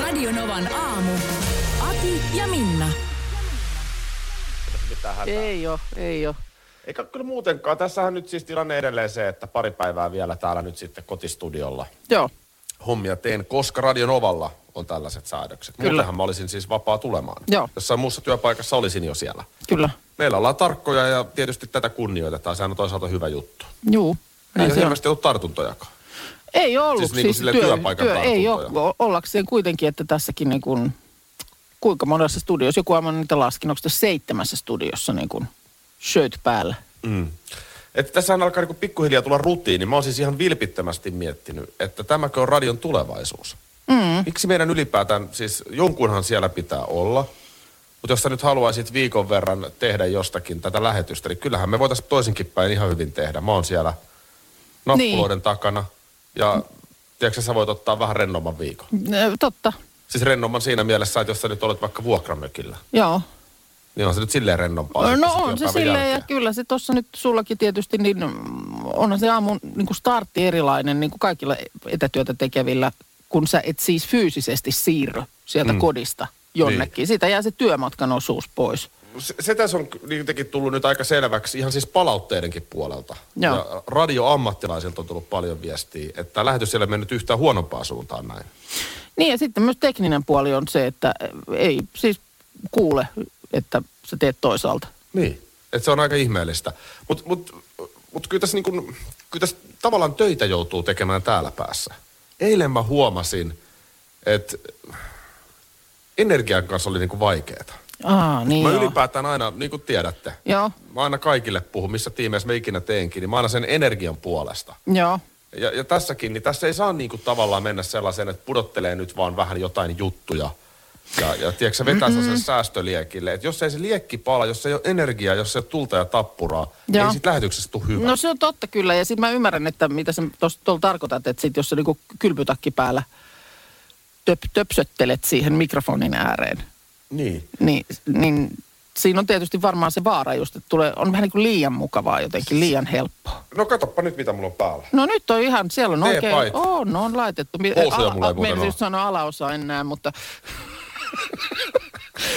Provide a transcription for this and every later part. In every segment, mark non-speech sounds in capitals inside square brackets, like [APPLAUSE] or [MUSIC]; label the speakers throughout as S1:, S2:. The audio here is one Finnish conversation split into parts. S1: Radionovan aamu. Ati ja Minna.
S2: mitään hätää. Ei.
S3: Ei oo, ei oo.
S2: Eikä kyllä muutenkaan. Tässähän nyt siis tilanne edelleen se, että pari päivää vielä täällä nyt sitten kotistudiolla
S3: Joo,
S2: hommia teen, koska Radion ovalla on tällaiset säädökset.
S3: Kyllä.
S2: Muutenhan mä olisin siis vapaa tulemaan.
S3: Joo.
S2: Jossain muussa työpaikassa olisin jo siellä.
S3: kyllä.
S2: Meillä ollaan tarkkoja ja tietysti tätä kunnioitetaan. Sehän on toisaalta hyvä juttu.
S3: Juu.
S2: Ei
S3: näin
S2: ole
S3: se on.
S2: hirveästi ollut tartuntojakaan.
S3: Ei oo ollut.
S2: Siis niinku silleen työpaikan
S3: ei
S2: tartuntoja.
S3: oo. Ollakseen kuitenkin, että tässäkin niin kuin, kuinka monessa studiossa, joku aivan niitä laskin, onko tässä seitsemässä studiossa niin kuin shirt päällä?
S2: Mm. Että tässähän alkaa niinku pikkuhiljaa tulla rutiini. Mä oon siis ihan vilpittömästi miettinyt, että tämäkö on radion tulevaisuus. Mm. Miksi meidän ylipäätään, siis jonkunhan siellä pitää olla, mutta jos sä nyt haluaisit viikon verran tehdä jostakin tätä lähetystä, niin kyllähän me voitaisiin toisinkin päin ihan hyvin tehdä. Mä oon siellä nappuloiden niin. takana ja tiedätkö sä voit ottaa vähän rennomman viikon.
S3: No, totta,
S2: Siis rennomman siinä mielessä, että jos sä nyt olet vaikka vuokramökillä,
S3: joo.
S2: niin on se nyt silleen rennompaa. sitten
S3: no
S2: sen
S3: on se
S2: työpäivän
S3: silleen, ja
S2: jälkeen.
S3: kyllä se tuossa nyt sullakin tietysti, niin mm, onhan se aamun niin kuin startti erilainen niin kuin kaikilla etätyötä tekevillä, kun sä et siis fyysisesti siirry sieltä mm. kodista jonnekin. Niin. Siitä jää se työmatkan osuus pois.
S2: se, se tässä on jotenkin tullut nyt aika selväksi ihan siis palautteidenkin puolelta.
S3: Joo.
S2: Ja radioammattilaisilta on tullut paljon viestiä, että tämä lähetys ei ole mennyt yhtään huonompaa suuntaan näin.
S3: Niin ja sitten myös tekninen puoli on se, että ei siis kuule, että sä teet toisaalta.
S2: Niin. Et se on aika ihmeellistä. Mutta mut, mut kyllä, tässä niinku, kyllä tässä tavallaan töitä joutuu tekemään täällä päässä. Eilen mä huomasin, että energian kanssa oli niinku vaikeeta.
S3: Aa, niin
S2: Mä
S3: joo.
S2: ylipäätään aina, niin kuin tiedätte,
S3: Joo,
S2: mä aina kaikille puhun, missä tiimeissä mä ikinä teenkin, niin mä aina sen energian puolesta.
S3: joo.
S2: Ja, ja tässäkin, niin tässä ei saa niinku tavallaan mennä sellaiseen, että pudottelee nyt vaan vähän jotain juttuja. Ja, ja tiedätkö, se vetää mm-hmm. sen säästöliekille. Että jos ei se liekki pala, jos ei ole energiaa, jos ei ole tulta ja tappuraa, niin
S3: Joo.
S2: ei siitä lähetyksestä tule hyvä.
S3: No se on totta kyllä ja sitten mä ymmärrän, että mitä sä tuossa tuolla tarkoitat, että sit jos sä niinku kylpytakki päällä töp, töpsöttelet siihen mikrofonin ääreen,
S2: niin.
S3: niin, niin siinä on tietysti varmaan se vaara just, että tulee, on vähän niin kuin liian mukavaa
S2: Siis-
S3: jotenkin, liian helppoa.
S2: No katoppa nyt, mitä mulla on päällä.
S3: No nyt on ihan, siellä on
S2: Tee
S3: oikein,
S2: paita.
S3: on, on laitettu. Mi-
S2: Housuja mulla ei muuten
S3: Meidän
S2: ole.
S3: just sanoa alaosa enää, mutta... [LAUGHS]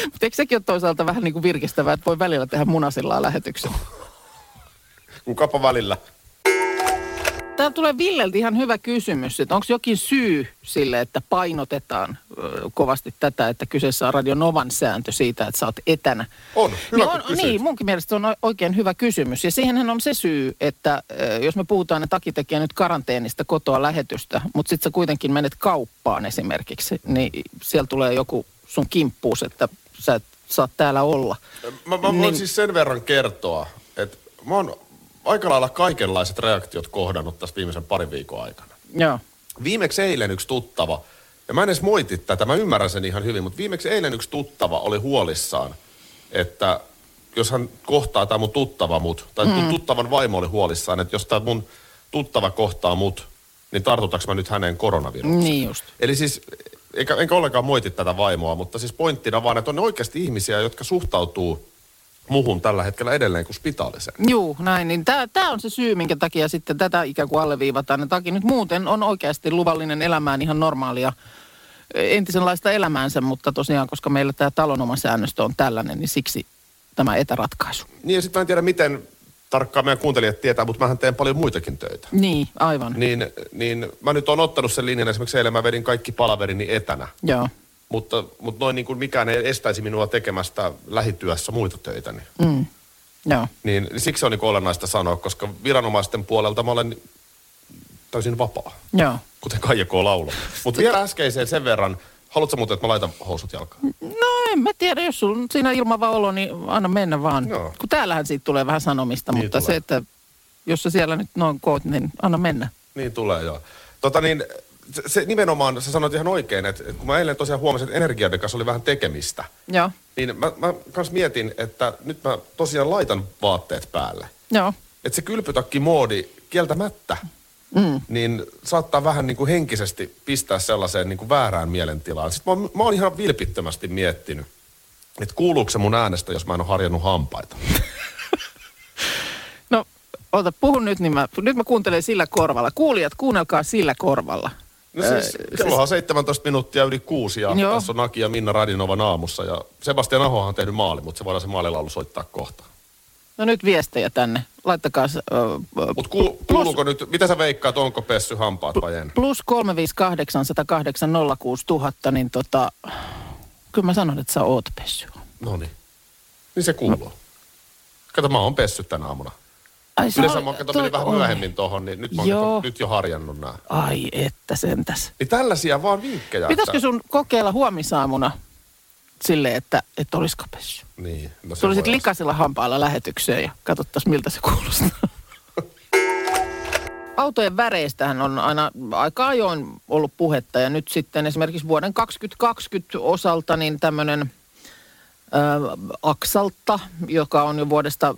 S3: mutta eikö sekin ole toisaalta vähän niin kuin virkistävää, että voi välillä tehdä munasillaan lähetyksen?
S2: Kukapa välillä.
S3: Täällä tulee Villelti ihan hyvä kysymys, että onko jokin syy sille, että painotetaan ö, kovasti tätä, että kyseessä on Radio Novan sääntö siitä, että sä oot etänä.
S2: On, hyvä
S3: niin,
S2: kun kysyit.
S3: niin, munkin mielestä se on o- oikein hyvä kysymys. Ja siihenhän on se syy, että ö, jos me puhutaan, että Aki tekee nyt karanteenista kotoa lähetystä, mutta sitten sä kuitenkin menet kauppaan esimerkiksi, niin siellä tulee joku sun kimppuus, että sä et saa täällä olla.
S2: Mä, mä voin
S3: Niin.
S2: siis sen verran kertoa, että mä oon aika lailla kaikenlaiset reaktiot kohdannut tässä viimeisen parin viikon aikana.
S3: Joo,
S2: Viimeksi eilen yksi tuttava, ja mä en edes moiti tätä, mä ymmärrän sen ihan hyvin, mutta viimeksi eilen yksi tuttava oli huolissaan, että jos hän kohtaa tämä mun tuttava mut, tai mm. tuttavan vaimo oli huolissaan, että jos tämä mun tuttava kohtaa mut, niin tartutaks mä nyt häneen koronavirukseen.
S3: niin just.
S2: Eli siis, eikä, enkä ollenkaan moiti tätä vaimoa, mutta siis pointtina vaan, että on oikeasti ihmisiä, jotka suhtautuu muhun tällä hetkellä edelleen kuin spitaaliseen.
S3: Juu, näin. Niin tämä on se syy, minkä takia sitten tätä ikään kuin alleviivataan. Ja taki nyt muuten on oikeasti luvallinen elämään ihan normaalia ö, entisenlaista elämäänsä, mutta tosiaan, koska meillä tämä talon oma säännöstö on tällainen, niin siksi tämä etäratkaisu.
S2: Niin ja sitten mä en tiedä, miten tarkkaan meidän kuuntelijat tietää, mutta mähän teen paljon muitakin töitä.
S3: Niin, aivan. Niin.
S2: niin, niin mä nyt oon ottanut sen linjan, esimerkiksi eilen mä vedin kaikki palaverini etänä.
S3: Joo.
S2: Mutta, mutta noin niin kuin mikään ei estäisi minua tekemästä lähityössä muita töitä. Niin,
S3: Joo.
S2: niin siksi on niin kuin olennaista sanoa, koska viranomaisten puolelta mä olen täysin vapaa,
S3: Joo.
S2: kuten Kaija K. laulu. Mutta vielä äskeiseen sen verran, haluatko muuten, että mä laitan housut jalkaan?
S3: No en mä tiedä, jos sulla on siinä ilmava olo, niin anna mennä vaan.
S2: Joo.
S3: Kun täällähän siitä tulee vähän sanomista,
S2: Niin
S3: niin mutta
S2: tulee.
S3: tulee. se, että jos sä siellä nyt noin koot, niin anna mennä.
S2: Niin tulee joo. Tota niin, se, se nimenomaan, sä sanoit ihan oikein, että että kun mä eilen tosiaan huomasin, että energioiden kanssa oli vähän tekemistä,
S3: Joo,
S2: niin mä, mä kans mietin, että nyt mä tosiaan laitan vaatteet päälle.
S3: joo.
S2: Että se kylpytakki-moodi kieltämättä, mm. niin saattaa vähän niin kuin henkisesti pistää sellaiseen niin kuin väärään mielentilaan. Sitten mä, oon- mä oon ihan vilpittömästi miettinyt, että kuuluuko se mun äänestä, jos mä en ole harjannut hampaita.
S3: No, ota, puhun nyt, niin mä, nyt mä kuuntelen sillä korvalla. Kuulijat, kuunnelkaa sillä korvalla. Äh,
S2: No siis, kellohan on 17 minuuttia yli kuusi ja
S3: Joo.
S2: tässä on Aki ja Minna Radinovan aamussa. Ja Sebastian Ahohan on tehnyt maali, mutta se voidaan se maalilaulu soittaa kohta.
S3: No nyt viestejä tänne. Laittakaa äh, ö, ö,
S2: Mutta ku, kuuluuko nyt, mitä sä veikkaat, onko pessy hampaat vai en?
S3: plus 358 108 06 000, niin tota, kyllä mä sanon, että sä oot pessy.
S2: No niin. Niin se kuuluu. Kato, mä oon pessyt tänä aamuna.
S3: Ai, sä
S2: Yleensä
S3: oot-
S2: mä oon kato,
S3: toi
S2: menin vähän
S3: on.
S2: myöhemmin tohon, niin nyt mä oon
S3: Joo.
S2: kato, nyt jo harjannut nää.
S3: Ai että sentäs.
S2: Niin tällaisia vaan vinkkejä.
S3: Pitäisikö
S2: että-
S3: sun kokeilla huomisaamuna silleen, että, että olisiko pessy?
S2: Niin. No se
S3: Tulisit
S2: voi olla.
S3: likaisilla hampailla lähetykseen ja katsottais miltä se kuulostaa. [LAUGHS] Autojen väreistähän on aina aika ajoin ollut puhetta ja nyt sitten esimerkiksi vuoden 2020 osalta niin tämmöinen Aksalta, joka on jo vuodesta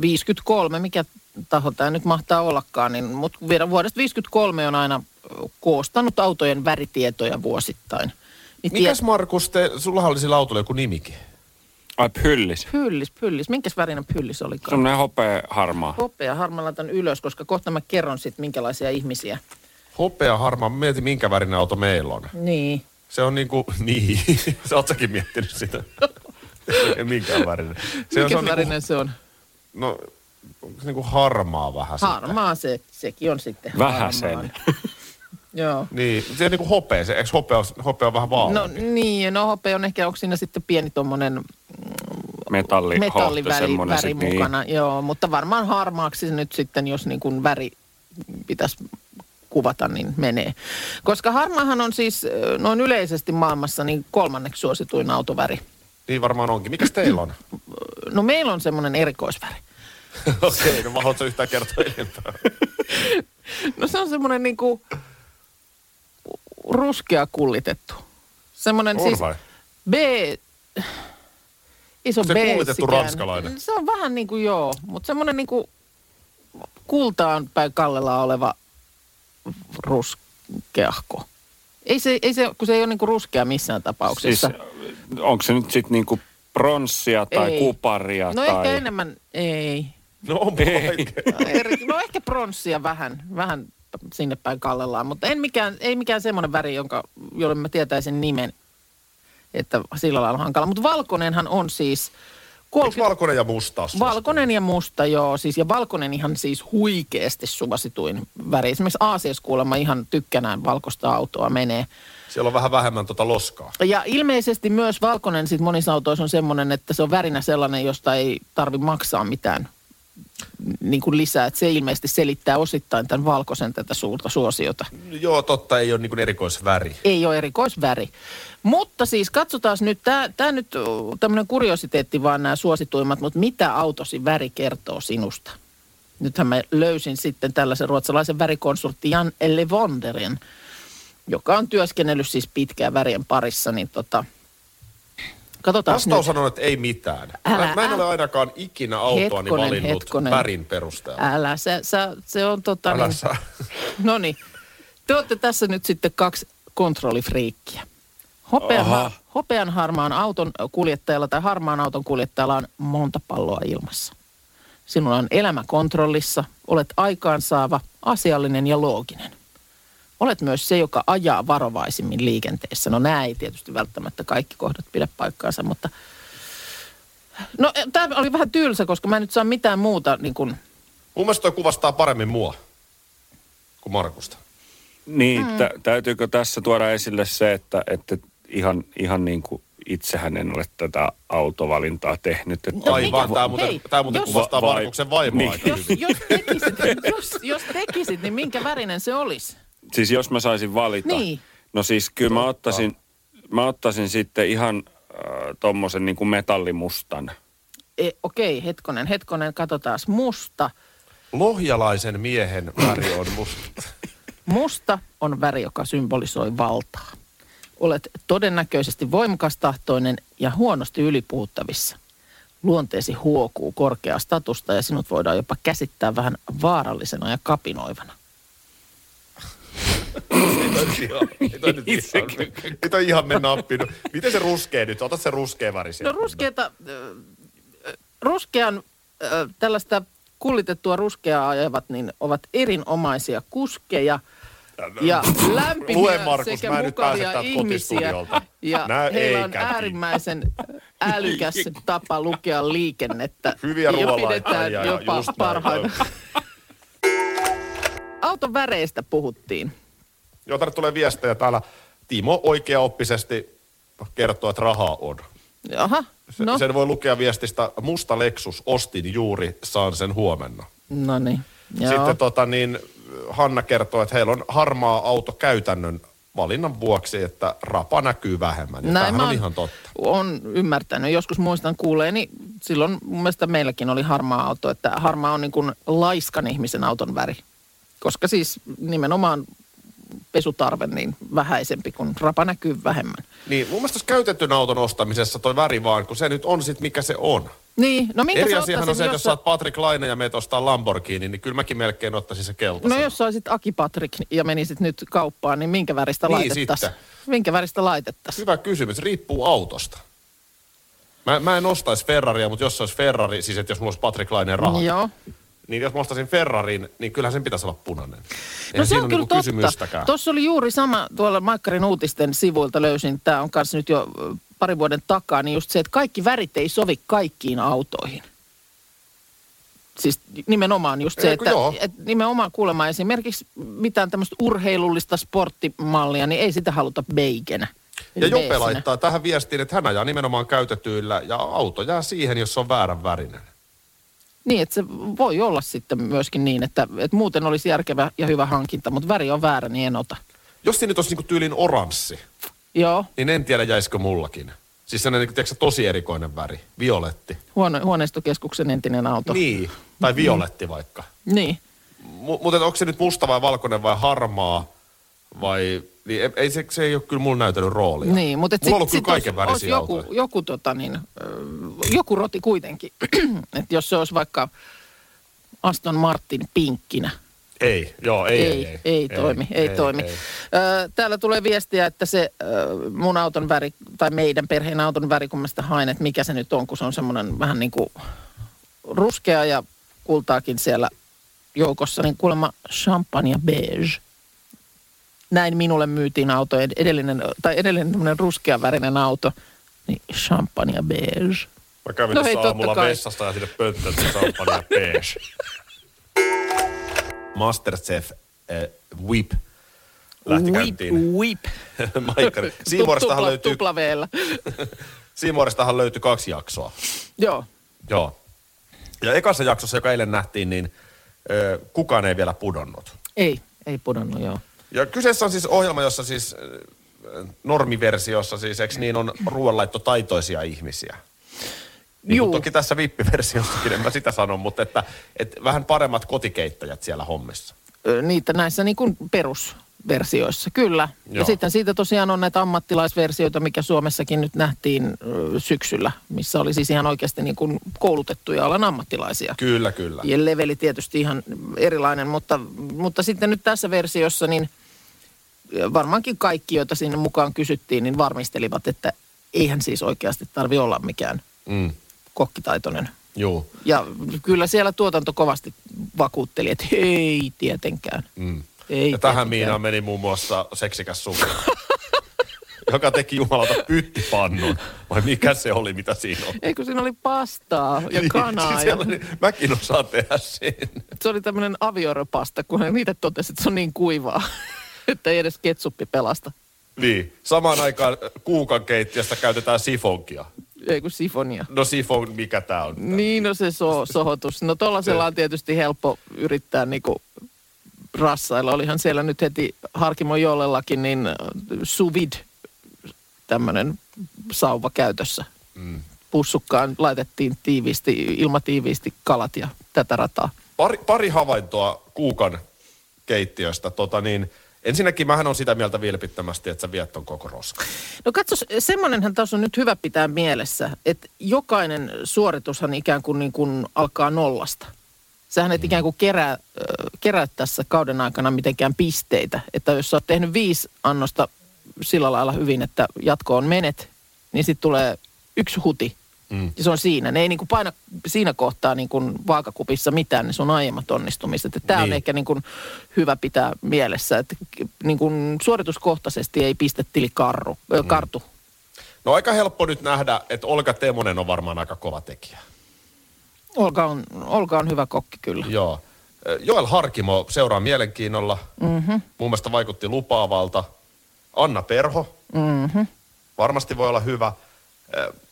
S3: 53, mikä taho tämä nyt mahtaa ollakaan, niin, mutta vuodesta 53 on aina ö, koostanut autojen väritietoja vuosittain. Niin
S2: Mikäs Markus, te, sullahan oli sillä autolla joku nimikin.
S4: Ai pyllis.
S3: Pyllis, pyllis. Minkäs värinen pyllis olikaan?
S4: Semmoinen hopea harmaa.
S3: Hopea, harmaan laitan ylös, koska kohta mä kerron sitten minkälaisia ihmisiä.
S2: Hopea harmaa, mieti minkä värinen auto meillä on.
S3: Niin.
S2: Se on niinku, [LAUGHS] niin, sä oot säkin miettinyt sitä. [LAUGHS] Minkä värinen.
S3: Se Mikä
S2: on
S3: värinen
S2: Niinku,
S3: se on?
S2: no, onko se niinku harmaa vähän sitten?
S3: Harmaa se, sekin on sitten
S4: Vähäsen.
S3: harmaan. Joo.
S2: Niin, se on niinku hopea, se, eikö hopea, ole- hopea on vähän vaaleampi?
S3: No niin, no hopea on ehkä, onko siinä sitten pieni tuommoinen
S4: Metalli,
S3: metalliväri
S4: semmonen
S3: väri
S4: sit, niin.
S3: mukana. Niin. Joo, mutta varmaan harmaaksi se nyt sitten, jos niin kuin väri pitäisi kuvata, niin menee. Koska harmaahan on siis ö, noin yleisesti maailmassa niin kolmanneksi suosituin autoväri.
S2: Niin varmaan onkin. Mikäs teillä on?
S3: No meillä on semmoinen erikoisväri.
S2: Okei, okay, no mä haluatko yhtään kertoa enempää?
S3: No se on semmoinen niinku ruskea kullitettu. Semmoinen siis
S2: Orvai.
S3: B... Iso
S2: Se
S3: B
S2: kullitettu
S3: sikään.
S2: ranskalainen.
S3: Se on vähän niin kuin joo, mutta semmoinen niinku kultaan päin kallella oleva ruskeahko. Ei se, ei se, kun se ei ole niinku ruskea missään
S4: Siis,
S3: tapauksessa.
S4: onko se nyt sitten niinku pronssia tai
S3: Ei.
S4: ei. kuparia
S3: no
S4: tai...
S3: ehkä enemmän, ei.
S2: No on
S4: Ei.
S3: Eri, no ehkä pronssia vähän, vähän sinne päin kallellaan, mutta en mikään, ei mikään semmoinen väri, jonka, jolle mä tietäisin nimen, että sillä lailla on hankala. Mutta valkoinenhan on siis,
S2: Onko valkoinen ja musta? susta?
S3: valkoinen ja musta joo, siis, ja valkoinen ihan siis huikeasti suosituin väri. Esimerkiksi Aasiassa kuulemma ihan tykkänään valkoista autoa menee.
S2: Siellä on vähän vähemmän tota loskaa.
S3: Ja ilmeisesti myös valkoinen sit monissa autoissa on semmoinen, että se on värinä sellainen, josta ei tarvi maksaa mitään niin kuin lisää. Et se ilmeisesti selittää osittain tämän valkoisen tätä suurta suosiota.
S2: Joo, totta, ei ole niinku erikoisväri.
S3: Ei ole erikoisväri. Mutta siis katsotaan nyt, tämä nyt tämmöinen kuriositeetti vaan nämä suosituimmat, mutta mitä autosi väri kertoo sinusta? Nythän mä löysin sitten tällaisen ruotsalaisen värikonsultti Jan Levonderin, joka on työskennellyt siis pitkään värien parissa, niin tota, katsotaan
S2: Vastaus on, että ei mitään. Älä,
S3: Älä,
S2: mä en
S3: älä.
S2: ole ainakaan ikinä autoani
S3: Hetkonen,
S2: valinnut
S3: hetkonen.
S2: värin perusteella.
S3: Älä, se, sä, se on tota
S2: Älä
S3: niin,
S2: saa.
S3: [LAUGHS] no niin. Te olette tässä nyt sitten kaksi kontrollifriikkiä. Hopean,
S4: Aha.
S3: hopean harmaan auton kuljettajalla tai harmaan auton kuljettajalla on monta palloa ilmassa. Sinulla on elämä kontrollissa, olet aikaansaava, asiallinen ja looginen. Olet myös se, joka ajaa varovaisimmin liikenteessä. No nämä ei tietysti välttämättä kaikki kohdat pidä paikkaansa, mutta... No tämä oli vähän tylsä, koska mä en nyt saa mitään muuta niin kuin
S2: Mun mielestä toi kuvastaa paremmin mua kuin Markusta.
S4: [LAUGHS] Niin, mm. tä, täytyykö tässä tuoda esille se, että, että ihan, ihan niin kuin itsehän en ole tätä autovalintaa tehnyt. Että
S2: No, Aivan,
S3: mikä-
S2: tämä muuten,
S3: hei,
S2: tää muuten
S3: jos-
S2: kuvastaa
S4: Vai-
S2: Markuksen vaimoa
S4: Niin.
S2: aika
S3: Jos,
S2: hyvin.
S3: jos, tekisit, jos, jos tekisit, niin minkä värinen se olisi?
S4: Siis jos mä saisin valita.
S3: Niin.
S4: No siis kyllä mä ottaisin, mä ottaisin sitten ihan äh, tommosen niin kuin metallimustan.
S3: E, okei, hetkonen, hetkonen, katsotaan. Musta.
S2: Lohjalaisen miehen väri on musta.
S3: Musta on väri, joka symbolisoi valtaa. Olet todennäköisesti voimakastahtoinen ja huonosti ylipuhuttavissa. Luonteesi huokuu korkeaa statusta ja sinut voidaan jopa käsittää vähän vaarallisena ja kapinoivana.
S2: Ei toi nyt ihan, ei toi ihan mennä appiin. Miten se ruskee nyt? Ota se ruskea väri
S3: No
S2: sieltä.
S3: ruskeata, äh, ruskean, äh, tällaista kullitettua ruskeaa ajavat, niin ovat erinomaisia kuskeja ja lämpimiä
S2: Lue, Markus,
S3: sekä
S2: mä en nyt pääse
S3: mukavia
S2: täältä
S3: ihmisiä.
S2: kotistudiolta.
S3: Ja
S2: Nää
S3: heillä
S2: ei
S3: on
S2: kävi.
S3: äärimmäisen älykäs tapa lukea liikennettä.
S2: Hyviä
S3: ja
S2: ruoanlaittajia
S3: pidetään
S2: ja
S3: jopa
S2: just näin,
S3: parhaina. Auton väreistä puhuttiin.
S2: Joo, tänne tulee viestejä täällä. Timo oikeaoppisesti kertoo, että rahaa on.
S3: Aha,
S2: Se, no.
S3: no,
S2: Sen voi lukea viestistä, musta Lexus, ostin juuri, saan sen huomenna.
S3: no niin.
S2: Joo. Sitten tota, niin, Hanna kertoo, että heillä on harmaa auto käytännön valinnan vuoksi, että rapa näkyy vähemmän. Ja tämähän on
S3: oon-
S2: ihan totta.
S3: on ymmärtänyt. Joskus muistan kuuleeni, silloin mun mielestä meilläkin oli harmaa auto, että harmaa on niin kuin laiskan ihmisen auton väri. Koska siis nimenomaan pesutarve niin vähäisempi, kun rapa näkyy vähemmän.
S2: Niin, mun mielestä tässä käytetyn auton ostamisessa toi väri vaan, kun se nyt on sit mikä se on.
S3: Niin, no minkä
S2: Eri
S3: sä
S2: asiahan on
S3: ottaisit,
S2: se, että jos
S3: jos sä-
S2: sä oot Patrick Laine ja meet ostaa Lamborghini, niin kyllä mäkin melkein ottaisin se keltaisen.
S3: No jos olisit Aki Patrik ja menisit nyt kauppaan, niin minkä väristä
S2: Niin,
S3: laitettaisiin?
S2: sitten.
S3: Minkä väristä laitettaisiin?
S2: Hyvä kysymys, riippuu autosta. Mä, mä en ostaisi Ferraria, mutta jos se olisi Ferrari, siis että jos mulla olisi Patrick Laineen rahat,
S3: Joo.
S2: niin jos mä ostaisin Ferrarin, niin kyllähän sen pitäisi olla punainen.
S3: No
S2: Eihän
S3: se
S2: siinä
S3: on
S2: ole
S3: kyllä
S2: niinku
S3: totta.
S2: kysymystäkään.
S3: Tuossa oli juuri sama, tuolla Maikkarin uutisten sivuilta löysin, tämä on kanssa nyt jo ö, parin vuoden takaa, niin just se, että kaikki värit ei sovi kaikkiin autoihin. Siis nimenomaan just se,
S2: Eikö
S3: että,
S2: joo?
S3: että nimenomaan kuulemma esimerkiksi mitään tämmöistä urheilullista sporttimallia, niin ei sitä haluta beigenä.
S2: Ja Jope
S3: Beesinä.
S2: laittaa tähän viestiin, että hän ajaa nimenomaan käytetyillä ja auto jää siihen, jos se on väärän värinen.
S3: Niin, että se voi olla sitten myöskin niin, että, että muuten olisi järkevä ja hyvä hankinta, mutta väri on väärä, niin en ota.
S2: Jos siinä nyt olisi niinku tyylin oranssi,
S3: Joo,
S2: niin en tiedä jäisikö mullakin. Siis sellainen niinku, tiedätkö, sä, tosi erikoinen väri, violetti.
S3: huone, huoneistokeskuksen entinen auto.
S2: Niin, tai violetti vaikka.
S3: niin.
S2: Mu- Mutta onko se nyt musta vai valkoinen vai harmaa vai... Niin ei- ei, se, se ei ole kyllä mulla näytellyt roolia.
S3: Niin, mutta
S2: mulla on ollut kyllä kaiken värisiä
S3: joku,
S2: autoja.
S3: joku, tota niin, ö, joku roti kuitenkin. [CLEARS THROAT] että jos se olisi vaikka Aston Martin pinkkinä.
S2: Ei, joo, ei, ei, ei.
S3: ei toimi, ei, toimi.
S2: ei.
S3: Ö, Täällä tulee viestiä, että se ö, mun auton väri, tai meidän perheen auton väri, kun mä sitä haen, että mikä se nyt on, kun se on semmoinen vähän niin kuin ruskea ja kultaakin siellä joukossa, niin kuulemma champagne ja beige. Näin minulle myytiin auto, ed- edellinen, tai edellinen tämmöinen ruskea värinen auto, niin champagne ja beige.
S2: Mä kävin
S3: No
S2: no
S3: hei,
S2: hei,
S3: totta
S2: aamulla
S3: kai.
S2: vessasta ja sinne pönttöön tuli champagne ja beige. [LAUGHS] Masterchef äh, Whip lähti whip.
S3: Whip,
S2: käyntiin. [LAUGHS]
S3: whip.
S2: Maikkari. Siimooristahan
S3: Tupla-
S2: löytyy,
S3: tuplaveellä.
S2: Siimooristahan löytyy kaksi jaksoa.
S3: Joo.
S2: Joo. Ja ekassa jaksossa, joka eilen nähtiin, niin ö, kukaan ei vielä pudonnut.
S3: Ei, ei pudonnut, joo.
S2: Ja kyseessä on siis ohjelma, jossa siis ö, normiversiossa siis, eikö niin, on ruoanlaittotaitoisia ihmisiä. Niin kuin
S3: Juu.
S2: toki tässä vippiversiossakin, en mä sitä sano, mutta että, et vähän paremmat kotikeittäjät siellä hommissa.
S3: Ö, niitä näissä niin kuin perusversioissa, kyllä. Joo. Ja
S2: Joo.
S3: sitten siitä tosiaan on näitä ammattilaisversioita, mikä Suomessakin nyt nähtiin ö, syksyllä, missä oli siis ihan oikeasti niin kuin koulutettuja alan ammattilaisia.
S2: Kyllä, kyllä.
S3: Ja leveli tietysti ihan erilainen, mutta, mutta sitten nyt tässä versiossa niin varmaankin kaikki, joita sinne mukaan kysyttiin, niin varmistelivat, että eihän siis oikeasti tarvi olla mikään
S2: Mm,
S3: kokkitaitoinen
S2: juu.
S3: ja kyllä siellä tuotanto kovasti vakuutteli, että ei tietenkään.
S2: Mm.
S3: Ei
S2: ja tähän
S3: tietenkään.
S2: Miinaan meni muun muassa seksikäs suku, [LAUGHS] joka teki jumalauta pyttipannun. Vai mikä se oli, mitä siinä oli?
S3: Eikö siinä oli pastaa ja
S2: Niin,
S3: kanaa.
S2: siis
S3: ja,
S2: siellä oli- mäkin osaan tehdä sen.
S3: se oli tämmöinen avioropasta, kun hän niitä totesi, että se on niin kuivaa, [LAUGHS] että ei edes ketsuppi pelasta.
S2: Niin, samaan aikaan kuukan keittiöstä käytetään sifonkia.
S3: Ei kun sifonia.
S2: No sifon, mikä tää on?
S3: Niin, no se so, sohotus. No tollasella on tietysti helppo yrittää niinku rassailla. Olihan siellä nyt heti Harkimo Jollellakin niin äh, suvid tämmöinen sauva käytössä. Mm. Pussukkaan laitettiin tiiviisti, ilmatiiviisti kalat ja tätä rataa.
S2: Pari, pari havaintoa kuukan keittiöstä. Tota niin, ensinnäkin mähän on sitä mieltä vilpittömästi, että sä viet on koko roska.
S3: No katsos, semmoinenhan taas on nyt hyvä pitää mielessä, että jokainen suoritushan ikään kuin, niin kuin alkaa nollasta. Sähän et ikään kuin kerää, äh, kerää tässä kauden aikana mitenkään pisteitä. Että jos sä oot tehnyt viisi annosta sillä lailla hyvin, että jatkoon menet, niin sitten tulee yksi huti. Mm. Ja se on siinä. Ne ei niin kuin paina siinä kohtaa niin kuin vaakakupissa mitään, ne sun aiemmat onnistumiset. Tämä niin. on
S2: Niin.
S3: ehkä niin kuin hyvä pitää mielessä, että niin kuin suorituskohtaisesti ei pistetili karru, mm. kartu.
S2: No aika helppo nyt nähdä, että Olga Temonen on varmaan aika kova tekijä.
S3: Olka on, Olka on hyvä kokki kyllä.
S2: Joo. Ö, Joel Harkimo seuraa mielenkiinnolla. Mm-hmm. Mun mielestä vaikutti lupaavalta. Anna Perho. Mm-hmm. Varmasti voi olla hyvä.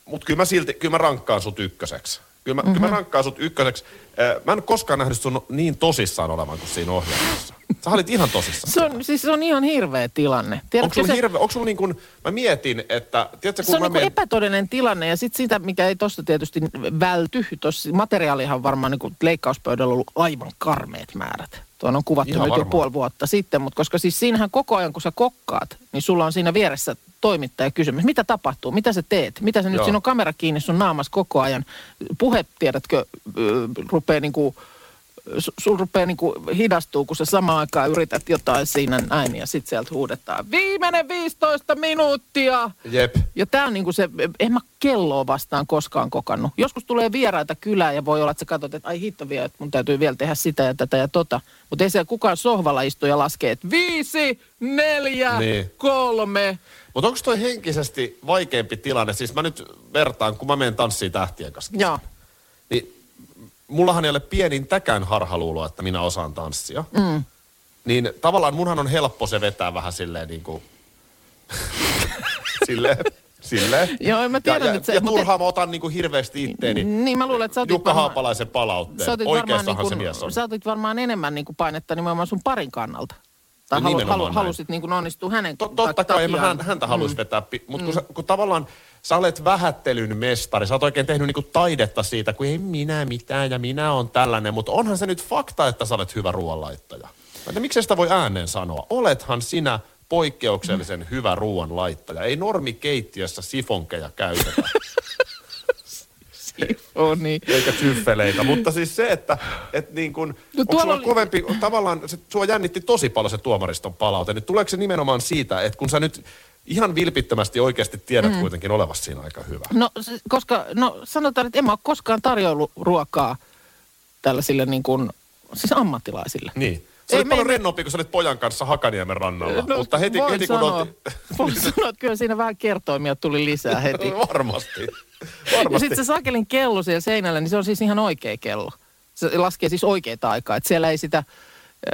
S2: Mutta kyllä mä silti, kyllä mä rankkaan sut ykköseksi. Kyllä mä, mm-hmm. kyllä mä rankkaan sut ykköseksi. Ö, Mä en ole koskaan nähnyt sun niin tosissaan olevan kuin siinä ohjelmassa. Sä olit ihan tosissaan.
S3: Se on, siis se on ihan hirveä tilanne.
S2: Onko
S3: Tiedätkö,
S2: sulla
S3: se,
S2: hirve, onko sulla niin kuin, mä mietin, että, tiedätkö, kun
S3: se on
S2: mä
S3: niin kuin epätodellinen tilanne ja sitten sitä, mikä ei tuosta tietysti välty. Tuossa materiaalihan on varmaan niin kuin leikkauspöydällä ollut aivan karmeet määrät. Tuo on kuvattu
S2: Ihan
S3: nyt jo
S2: varmaan.
S3: puoli vuotta sitten, mutta koska siis siinähän koko ajan kun sä kokkaat, niin sulla on siinä vieressä toimittaja kysymys. Mitä tapahtuu? Mitä sä teet? Mitä sä nyt?
S2: Joo.
S3: Siinä on kamera kiinni sun naamas koko ajan. Puhe, tiedätkö, ö, rupeaa niin kuin su- sul rupeaa niinku hidastuu, kun sä samaan aikaan yrität jotain siinä näin ja sit sieltä huudetaan viimeinen 15 minuuttia.
S2: Jep.
S3: Ja tää on niinku se, en mä kelloa vastaan koskaan kokannut. Joskus tulee vieraita kylään ja voi olla, että sä katsot, että ai hitto vielä, että mun täytyy vielä tehdä sitä ja tätä ja tota. Mutta ei siellä kukaan sohvalla istu ja laskee, että viisi, neljä,
S2: Niin.
S3: kolme.
S2: Mutta onko toi henkisesti vaikeampi tilanne? Siis mä nyt vertaan, kun mä menen tanssiin tähtien kanssa.
S3: Joo.
S2: niin mullahan ei ole pienintäkään harhaluuloa, että minä osaan tanssia. Mm. Niin tavallaan munhan on helppo se vetää vähän silleen niin
S3: [LAUGHS]
S2: kuin... silleen, silleen.
S3: Joo, en mä tiedä
S2: ja,
S3: nyt
S2: ja,
S3: se-
S2: ja
S3: mutta-
S2: turhaan mä otan niin kuin hirveästi itteeni.
S3: Niin mä luulen, että sä otit
S2: Jukka
S3: varmaan-
S2: Haapalaisen palautteen.
S3: Sä otit varmaan,
S2: Oikeassahan
S3: niin kun,
S2: se mies on.
S3: sä otit varmaan enemmän niin kuin painetta nimenomaan sun parin kannalta. Tai
S2: No
S3: halu,
S2: nimenomaan
S3: halu,
S2: näin.
S3: halusit niin kuin onnistua hänen
S2: To, totta
S3: takiaan.
S2: kai mä
S3: [LAUGHS]
S2: hän, häntä haluaisin mm. vetää, mutta kun, sä- kun tavallaan sä olet vähättelyn mestari, sä oot oikein tehnyt niinku taidetta siitä, kun ei minä mitään ja minä on tällainen, mutta onhan se nyt fakta, että sä olet hyvä ruoanlaittaja. Mä en tiedä, miksei sitä voi ääneen sanoa? Olethan sinä poikkeuksellisen mm. hyvä ruoanlaittaja. Ei normi keittiössä sifonkeja käytetä,
S3: Oh, niin.
S2: eikä tyffeleitä, mutta siis se, että et niin kun, no, onko
S3: tuolla
S2: sulla
S3: oli-
S2: kovempi, tavallaan se, sua jännitti tosi paljon se tuomariston palaute, niin tuleeko se nimenomaan siitä, että kun sä nyt ihan vilpittömästi oikeasti tiedät mm. kuitenkin olevasi siinä aika hyvä.
S3: No, se- koska, no sanotaan, että en mä ole koskaan tarjoillut ruokaa tällaisille niin kuin, siis ammattilaisille.
S2: Niin. Sä
S3: Ei
S2: olit paljon
S3: me-
S2: rennompi, kun sä olit pojan kanssa Hakaniemen rannalla, no, mutta heti,
S3: voin
S2: heti kun
S3: sanoa,
S2: oltiin...
S3: [LAUGHS] Voin sanoa, että kyllä siinä vähän kertoimia tuli lisää heti.
S2: [LAUGHS] varmasti.
S3: Ja
S2: No, Varmasti.
S3: sitten se sakelin kello siellä seinällä, niin se on siis ihan oikea kello. Se laskee siis oikeita aikaa, että siellä ei sitä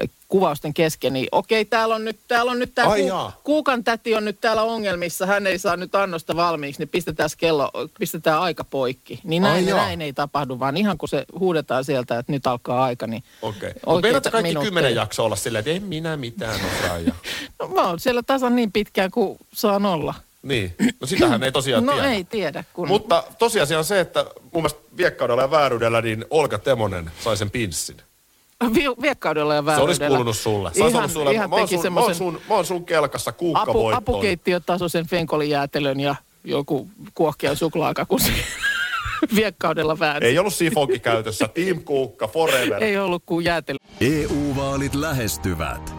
S3: ö, kuvausten kesken, niin okei, täällä on nyt, täällä on nyt tää
S2: Ai
S3: ku,
S2: jaa.
S3: kuukan täti on nyt täällä ongelmissa, hän ei saa nyt annosta valmiiksi, niin pistetään kello, pistetään aika poikki. Niin
S2: Ai
S3: näin,
S2: jaa.
S3: näin ei tapahdu, vaan ihan kun se huudetaan sieltä, että nyt alkaa aika, niin
S2: Okei. Okay.
S3: oikeita
S2: Meinaatko kaikki
S3: minuutteja.
S2: kymmenen jaksoa olla silleen, että en minä mitään osaa ja...
S3: No mä oon siellä tasan niin pitkään kuin saan olla.
S2: Niin. No sitähän ei tosiaan
S3: no
S2: tiedä.
S3: ei tiedä, kun...
S2: Mutta tosiasia on se, että mun mielestä viekkaudella ja vääryydellä niin Olga Temonen sai sen pinssin.
S3: Vi- viekkaudella ja
S2: Se
S3: vääryydellä.
S2: olisi kuulunut sulle. Se olisi
S3: ihan,
S2: ollut sulle.
S3: ihan
S2: mä, oon
S3: teki
S2: sun, mä, oon
S3: semmoisen-
S2: sun, mä oon sun kelkassa
S3: Apu,
S2: kuukkavoittoon.
S3: apukeittiötasoisen fenkolijäätelön ja joku kuohkea suklaakakusi [LAUGHS] viekkaudella väänsi.
S2: Ei ollut sifonki käytössä. Team Kuukka forever.
S3: Ei ollut kuin jäätelö.
S5: EU-vaalit E lähestyvät.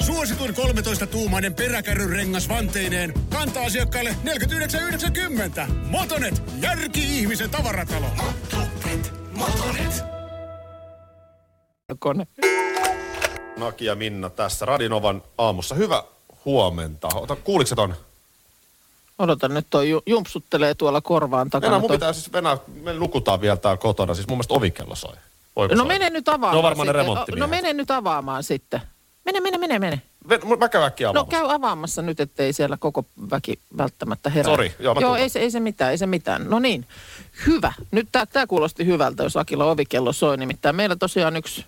S6: Suosituin 13-tuumainen peräkärryn rengas vanteineen kantaa asiakkaille 49,90. Motonet, järki-ihmisen tavaratalo. Motonet.
S7: Motonet.
S3: kone.
S2: Naki ja Minna tässä Radinovan aamussa. Hyvä huomenta. Ota, kuulitko ton?
S3: Odotan nyt, toi ju- jumpsuttelee tuolla korvaan takana.
S2: Venä, mun
S3: toi-
S2: pitää siis Venä, me nukutaan vielä täällä kotona. Siis mun mielestä ovikello soi. Voiko
S3: No
S2: soida?
S3: mene nyt avaamaan
S2: No varmaan ne
S3: sitten.
S2: remonttimiehet.
S3: No mene nyt avaamaan sitten. Mene, mene, mene, mene.
S2: Ven, mun- mä käyn äkkiä
S3: No
S2: avaamassa.
S3: käy avaamassa nyt, ettei siellä koko väki välttämättä herää.
S2: Sori, joo, mä
S3: joo
S2: tulen.
S3: ei, se, ei se mitään, ei se mitään. No niin, hyvä. Nyt tää, tää kuulosti hyvältä, jos Akilla ovikello soi. Nimittäin meillä tosiaan yksi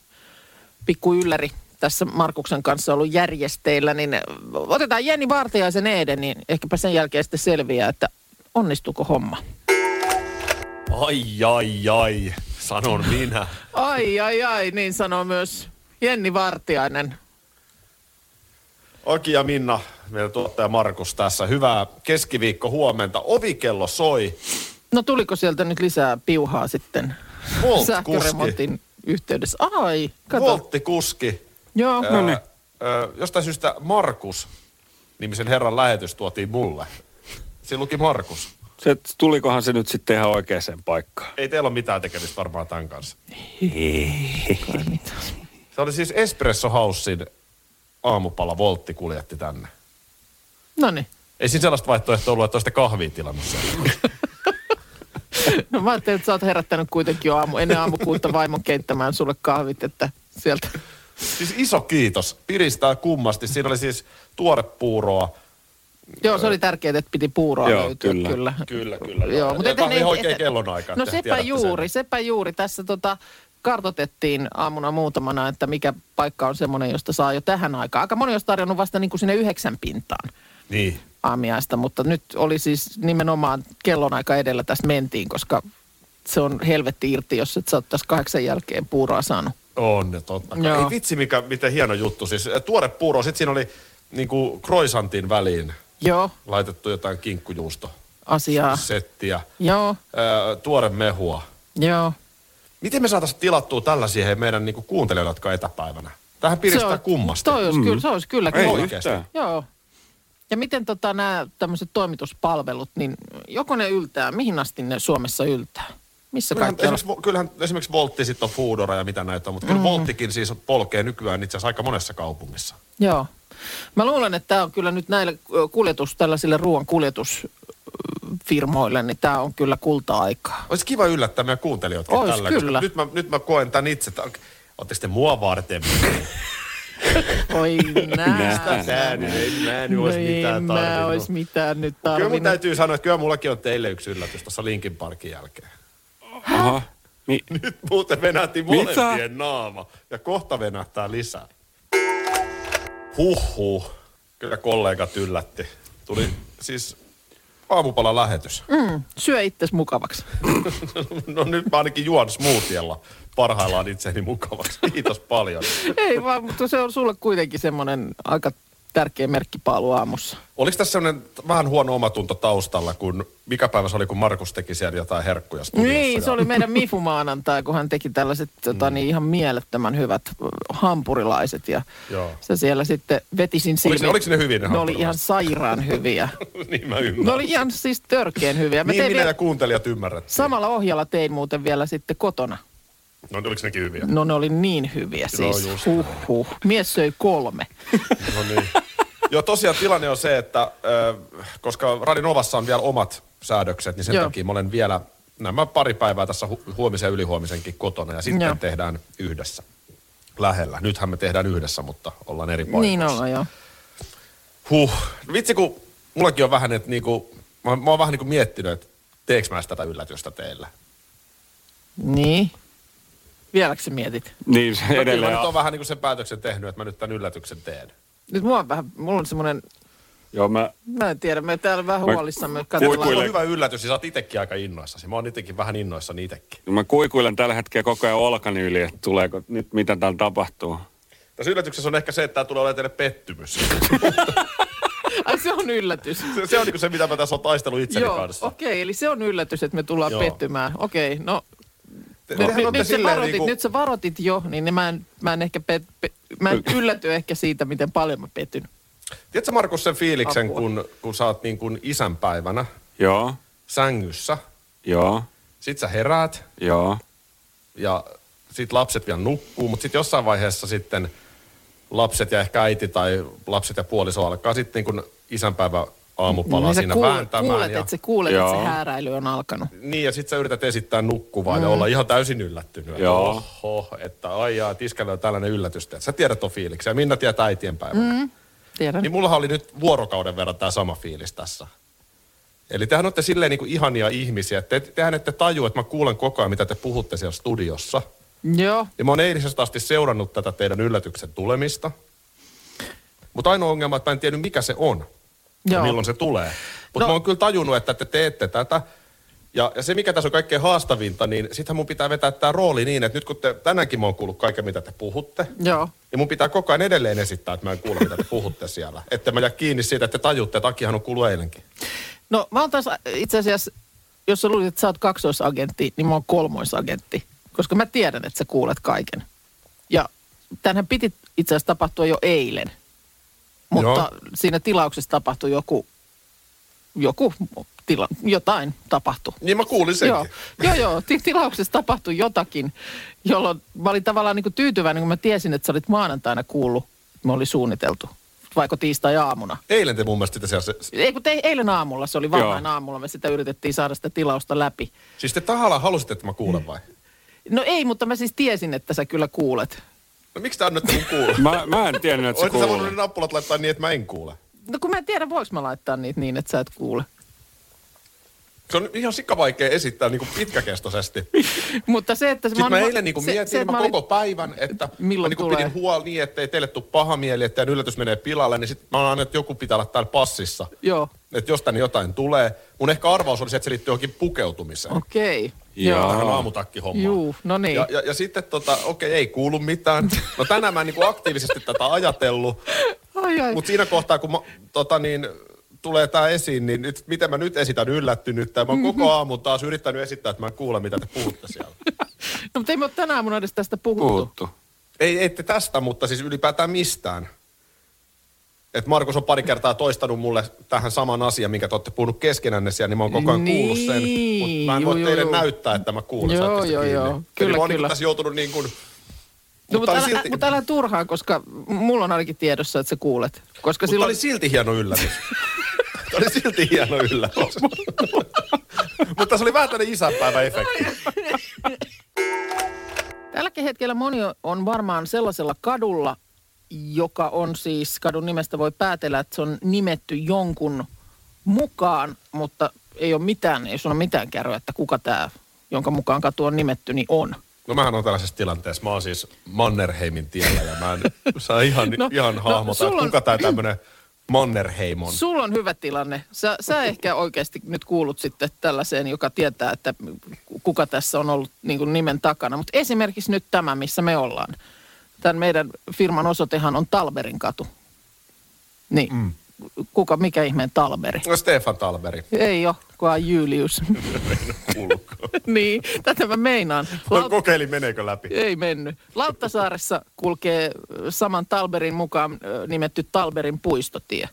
S3: pikku ylläri tässä Markuksen kanssa ollut järjesteillä, niin otetaan Jenni Vartiaisen Eeden, niin ehkäpä sen jälkeen sitten selviää, että onnistuuko homma.
S2: Ai, ai, ai. Sanon
S3: [LAUGHS]
S2: minä.
S3: Ai, ai, ai, niin sanoo myös Jenni Vartiainen.
S2: Aki ja Minna, meidän tuottaja Markus tässä. Hyvää keskiviikko huomenta. Ovikello soi.
S3: No tuliko sieltä nyt lisää piuhaa sitten
S2: Volt kuski.
S3: sähköremontin yhteydessä? Ai, kato.
S2: Voltti kuski.
S3: Joo, no niin.
S2: Öö, öö, jostain syystä Markus nimisen herran lähetys tuotiin mulle. Siinä luki Markus.
S4: Se, että tulikohan se nyt sitten ihan oikeaan paikkaan?
S2: Ei teillä ole mitään tekemistä varmaan tämän kanssa. Se oli siis Espresso Housein aamupala Voltti kuljetti tänne.
S3: No niin.
S2: Ei siinä sellaista vaihtoehtoa ollut, että olisitte kahvia tilannut sen.
S3: No mä ajattelin, että sä oot herättänyt kuitenkin jo aamu, ennen aamukuutta vaimon keittämään sulle kahvit, että sieltä.
S2: Siis iso kiitos. Piristää kummasti. Siinä oli siis tuorepuuroa.
S3: Joo, se oli tärkeää, että piti puuroa
S4: Joo,
S3: löytyä
S4: kyllä.
S3: kyllä.
S2: Kyllä, kyllä.
S3: Joo, mutta
S2: Tämä
S3: eihän
S2: oli
S3: ne-
S2: oikein
S3: eihän-
S2: kellonaika.
S3: No
S2: te
S3: sepä
S2: tiedätte
S3: juuri, sepä juuri. Tässä tota, kartotettiin aamuna muutamana, että mikä paikka on semmoinen, josta saa jo tähän aikaan. Aika moni olisi tarjonnut vasta niin kuin sinne yhdeksän pintaan
S2: Sen. Niin.
S3: aamiaista, mutta nyt oli siis nimenomaan kellonaika edellä tästä mentiin, koska se on helvetti irti, jos et sä oot tässä kahdeksan jälkeen puuroa saanut.
S2: On ne totta kai.
S3: Joo.
S2: Ei vitsi, mikä, miten hieno juttu. Siis äh, tuore puuro, sitten siinä oli niinku croissantin väliin
S3: Joo,
S2: laitettu jotain kinkkujuusto
S3: asiaa.
S2: settiä,
S3: Joo,
S2: öö, tuore mehua.
S3: joo.
S2: Miten me saataisiin tilattua tällaisia hei, meidän niinku kuuntelijoille, jotka etäpäivänä? Tähän
S3: Se
S2: piristää
S3: on-
S2: kummasti.
S3: Toi olisi kyllä, se olisi kyllä.
S4: Ei
S3: kiva.
S2: oikein.
S4: yhtään.
S3: Joo. Ja miten tota, nämä tämmöiset toimituspalvelut, niin joko ne yltää, mihin asti ne Suomessa yltää? Missä
S2: Kyllähän
S3: kaikki on?
S2: esimerkiksi, vo- kyllähän esimerkiksi Voltti sitten on Foodora ja mitä näitä on, mutta
S3: Mm.
S2: kyllä Volttikin siis polkee nykyään itse asiassa aika monessa kaupungissa.
S3: Joo. Mä luulen, että tämä on kyllä nyt näille ö, kuljetus, tällaisille ruoan kuljetusfirmoille, niin tämä on kyllä kulta-aikaa.
S2: Olisi kiva yllättää meidän kuuntelijoita
S3: Ois
S2: tällä, koska
S3: kyllä.
S2: nyt mä, nyt mä koen tämän itse, että ootteko te mua
S3: [LAUGHS]
S2: varten? [LAUGHS]
S3: Oi
S4: Nää.
S3: nää.
S2: Tää nyt ei, mä en
S3: No
S2: olisi
S3: ei
S2: mitään
S3: mä
S2: tarvinnut.
S3: ois mitään nyt
S2: Kyllä mun
S3: tarvinnut.
S2: täytyy sanoa, että kyllä mullakin on teille yksi yllätys tuossa Linkin Parkin jälkeen. [LAUGHS]
S4: Aha. Mi-
S2: Nyt muuten venähti
S4: Mitä?
S2: molempien naama ja kohta venähtää lisää. Huhhuh. Kyllä kollegat yllätti. Tuli siis aamupala lähetys.
S3: Syö itses mukavaksi.
S2: [LAUGHS] No nyt mä ainakin juon smoothiella parhaillaan itseni mukavaksi. Kiitos paljon.
S3: [LAUGHS] Ei vaan, mutta se on sulle kuitenkin semmoinen aika tärkeä merkkipaalu aamussa.
S2: Oliko tässä sellainen vähän huono omatunto taustalla, kun mikä päivä se oli, kun Markus teki siellä jotain herkkuja studiossa?
S3: Niin,
S2: ja-
S3: se oli meidän mifumaanantai, kun hän teki tällaiset
S2: Mm.
S3: tota, niin ihan mielettömän hyvät hampurilaiset. Ja
S2: Joo.
S3: se siellä sitten vetisin
S2: Oliko ne-
S3: silmiin.
S2: oliko ne hyviä ne
S3: Ne oli
S2: hampurilaiset?
S3: ihan sairaan hyviä.
S2: [LAUGHS] [LAUGHS] niin mä ymmärrän.
S3: Ne oli ihan siis törkeen hyviä. Mä
S2: niin minä
S3: tein
S2: ja
S3: vielä,
S2: kuuntelijat ymmärrät.
S3: samalla ohjalla tein muuten vielä sitten kotona.
S2: No oliko nekin hyviä?
S3: No ne oli niin hyviä siis.
S2: just
S3: Huh, huh. Mies söi kolme.
S2: No niin.
S3: [LAUGHS]
S2: Joo, tosiaan tilanne on se, että ö, koska Radinovassa on vielä omat säädökset, niin sen
S3: Joo.
S2: takia mä olen vielä nämä pari päivää tässä hu- huomisen ja ylihuomisenkin kotona ja sitten
S3: Joo.
S2: tehdään yhdessä lähellä. Nythän me tehdään yhdessä, mutta ollaan eri paikoissa.
S3: niin ollaan joo.
S2: Huh. Vitsi, kun mullakin on vähän, että niinku, mä, mä oon vähän niinku miettinyt, että teekö mä edes tätä yllätystä teille.
S3: Niin. Vieläkö sä mietit?
S4: niin, se
S2: No, kyllä mä
S4: edelleen.
S2: nyt oon vähän niinku sen päätöksen tehnyt, että mä nyt tämän yllätyksen teen.
S3: Nyt mulla on vähän, mulla on semmoinen,
S4: Joo, mä,
S3: mä en tiedä, me täällä vähän
S4: Mä-
S3: huolissamme.
S2: Kuule,
S3: Katsellaan.
S4: Kuikuilen.
S2: on hyvä yllätys ja sä oot itekin aika innoissasi. Mä oon itekin vähän innoissani itekin.
S4: mä kuikuilen tällä hetkellä koko ajan olkani yli, että tuleeko nyt, mitä täällä tapahtuu.
S2: Tässä yllätyksessä on ehkä se, että tämä tulee olemaan teille pettymys. [LAUGHS]
S3: Ai se on yllätys.
S2: se, se on niinku se, mitä mä tässä oon taistellut itseni
S3: Joo,
S2: kanssa.
S3: okei, eli se on yllätys, että me tullaan
S2: Joo.
S3: Joo. pettymään. Okei, no
S2: Te-
S3: nyt,
S2: tehän
S3: nyt,
S2: ootte
S3: nyt, sä
S2: silleen
S3: varoitit,
S2: niinku-
S3: nyt sä varoitit jo, niin ne mä en, mä en ehkä pet, pe, mä en ylläty ehkä siitä, miten paljon mä petyn.
S2: Tiedätkö Markus sen fiiliksen,
S3: Apua.
S2: kun, kun sä oot niin kuin isänpäivänä
S4: Joo,
S2: sängyssä,
S4: joo,
S2: sit sä heräät,
S4: joo.
S2: ja sitten lapset vielä nukkuu, mutta sitten jossain vaiheessa sitten lapset ja ehkä äiti tai lapset ja puoliso alkaa sitten niin kun isänpäivä aamupalaa
S3: niin sä
S2: siinä
S3: kuulet,
S2: vääntämään.
S3: kuulet,
S2: ja,
S3: että se, kuulet että se
S4: Joo.
S3: hääräily on alkanut.
S2: Niin, ja sitten sä yrität esittää nukkuvaa mm. ja olla ihan täysin yllättynyt. Että
S4: Joo.
S2: Oho, että ai jaa, tiskällä on tällainen yllätys. että Sä tiedät on fiiliksi ja Minna tietää äitienpäivänä. Mm.
S3: Tiedän.
S2: Niin mullahan oli nyt vuorokauden verran tämä sama fiilis tässä. Eli tehän olette silleen niinku ihania ihmisiä. Te, tehän ette tajua, että mä kuulen koko ajan, mitä te puhutte siellä studiossa.
S3: Joo.
S2: Ja mä oon eilisestä asti seurannut tätä teidän yllätyksen tulemista. Mutta ainoa ongelma, että mä en tiedä mikä se on ja
S3: Joo.
S2: milloin se tulee. Mutta
S3: No-
S2: no. mä oon kyllä tajunnut, että te teette tätä. Ja, ja se, mikä tässä on kaikkein haastavinta, niin sittenhän mun pitää vetää tämä rooli niin, että nyt kun te, tänäänkin mä oon kuullut kaiken, mitä te puhutte,
S3: Joo.
S2: ja mun pitää koko ajan edelleen esittää, että mä en kuule, mitä te puhutte siellä. Että mä jää kiinni siitä, että te tajutte, että Akihan on kuullut eilenkin.
S3: No mä oon taas itse asiassa, jos sä luulit, että sä oot kaksoisagentti, niin mä oon kolmoisagentti. Koska mä tiedän, että sä kuulet kaiken. Ja tänhän piti itse asiassa tapahtua jo eilen. Mutta
S2: Joo.
S3: siinä tilauksessa tapahtui joku, joku tila, jotain tapahtui.
S2: Niin mä kuulin senkin.
S3: Joo, joo, joo. Ti- tilauksessa tapahtui jotakin, jolloin mä olin tavallaan niin kuin tyytyväinen, kun mä tiesin, että sä olit maanantaina kuullut, että me oli suunniteltu, vaikka tiistai-aamuna.
S2: Eilen te mun mielestä sitä siellä, se-
S3: Ei, kun te, eilen aamulla, se oli varhain
S4: Joo.
S3: aamulla, me sitä yritettiin saada sitä tilausta läpi.
S2: siis te tahallaan halusitte, että mä kuulen vai?
S3: No ei, mutta mä siis tiesin, että sä kyllä kuulet.
S2: No miksi te annatte mun kuulla?
S4: Mä, mä en tiennyt, että se
S2: Oletko sä
S4: kuuluu.
S2: voinut ne nappulat laittaa niin, että mä en kuule?
S3: No kun mä en tiedä, voiko mä laittaa niitä niin, että sä et kuule. [LAUGHS]
S2: Se on ihan sikavaikea esittää niin kuin pitkäkestoisesti.
S3: Mutta Siis se, että...
S2: Sitten mä,
S3: olin-
S2: eilen niin kuin mietin, mä,
S3: olin-
S2: koko päivän, että mä
S3: Milloin
S2: niin kuin
S3: tulee?
S2: pidin huol niin, ettei teille tule paha mieli, että yllätys menee pilalle, niin sitten mä oon aina, että joku pitää olla täällä passissa.
S3: Joo,
S2: Että jos tänne jotain tulee. Mun ehkä arvaus oli se, että se liittyy johonkin pukeutumiseen. Okay.
S3: okei. Okay.
S4: Joo.
S2: Tähän aamutakki-hommaan.
S3: Juu, no niin.
S2: Ja, ja, ja sitten tota, okei, ei kuulu mitään. No tänään mä en niin kuin aktiivisesti tätä ajatellut.
S3: Ai, ai.
S2: Mutta siinä kohtaa, kun mä, tota niin, tulee tämä esiin, niin nyt, miten mä nyt esitän yllättynyttä. Ja Mä oon
S3: Mm-hmm.
S2: koko aamun taas yrittänyt esittää, että mä en kuule, mitä te puhutte siellä.
S3: No, mutta ei me ole tänä aamuna edes tästä puhuttu.
S4: Puhuttu.
S2: Ei, ette tästä, mutta siis ylipäätään mistään. Et Markus on pari kertaa toistanut mulle tähän saman asian, minkä te olette puhunut keskenänne siellä, niin mä oon koko ajan kuullut sen.
S3: Niin,
S2: Mutta mä en voi
S3: juu,
S2: teille
S3: juu.
S2: näyttää, että mä kuulen.
S3: Joo,
S2: saatte sitä
S3: joo,
S2: kiinni.
S3: joo.
S2: Eli
S3: Kyllä,
S2: mä oon
S3: kyllä.
S2: Niin tässä joutunut niin kuin...
S3: No, mutta, älä,
S2: oli
S3: silti... mutta älä turhaa, koska mulla on ainakin tiedossa, että sä kuulet. Koska
S2: Mutta
S3: silloin...
S2: oli silti hieno
S3: [LAUGHS]
S2: yllätys. Tää oli silti hieno yllätys. Mutta tässä oli vähän tämmöinen isänpäivä-efekti.
S3: Tälläkin hetkellä moni on varmaan sellaisella kadulla, joka on siis, kadun nimestä voi päätellä, että se on nimetty jonkun mukaan, mutta ei ole mitään, ei sulla ole mitään kerroa, että kuka tämä, jonka mukaan katu on nimetty, niin on.
S2: No mähän on tällaisessa tilanteessa. Mä oon siis Mannerheimin tiellä ja mä en saa ihan,
S3: No,
S2: no, ihan
S3: no,
S2: hahmota,
S3: sulla
S2: että
S3: on-
S2: kuka tää tämmönen Mannerheim on.
S3: Sulla on hyvä tilanne. Sä, sä ehkä oikeasti nyt kuulut sitten tällaiseen, joka tietää, että kuka tässä on ollut niin kuin nimen takana. Mutta esimerkiksi nyt tämä, missä me ollaan. Tämän meidän firman osoitehan on Talberin katu. Niin. Mm. Kuka, mikä ihmeen Talberi?
S2: No Stefan Talberi.
S3: Ei ole, vaan Julius. niin, tätä mä meinaan.
S2: Mä
S3: Laut-
S2: kokeilin, meneekö läpi.
S3: ei mennyt. Lauttasaaressa kulkee ö, saman Talberin mukaan ö, nimetty Talberin puistotie.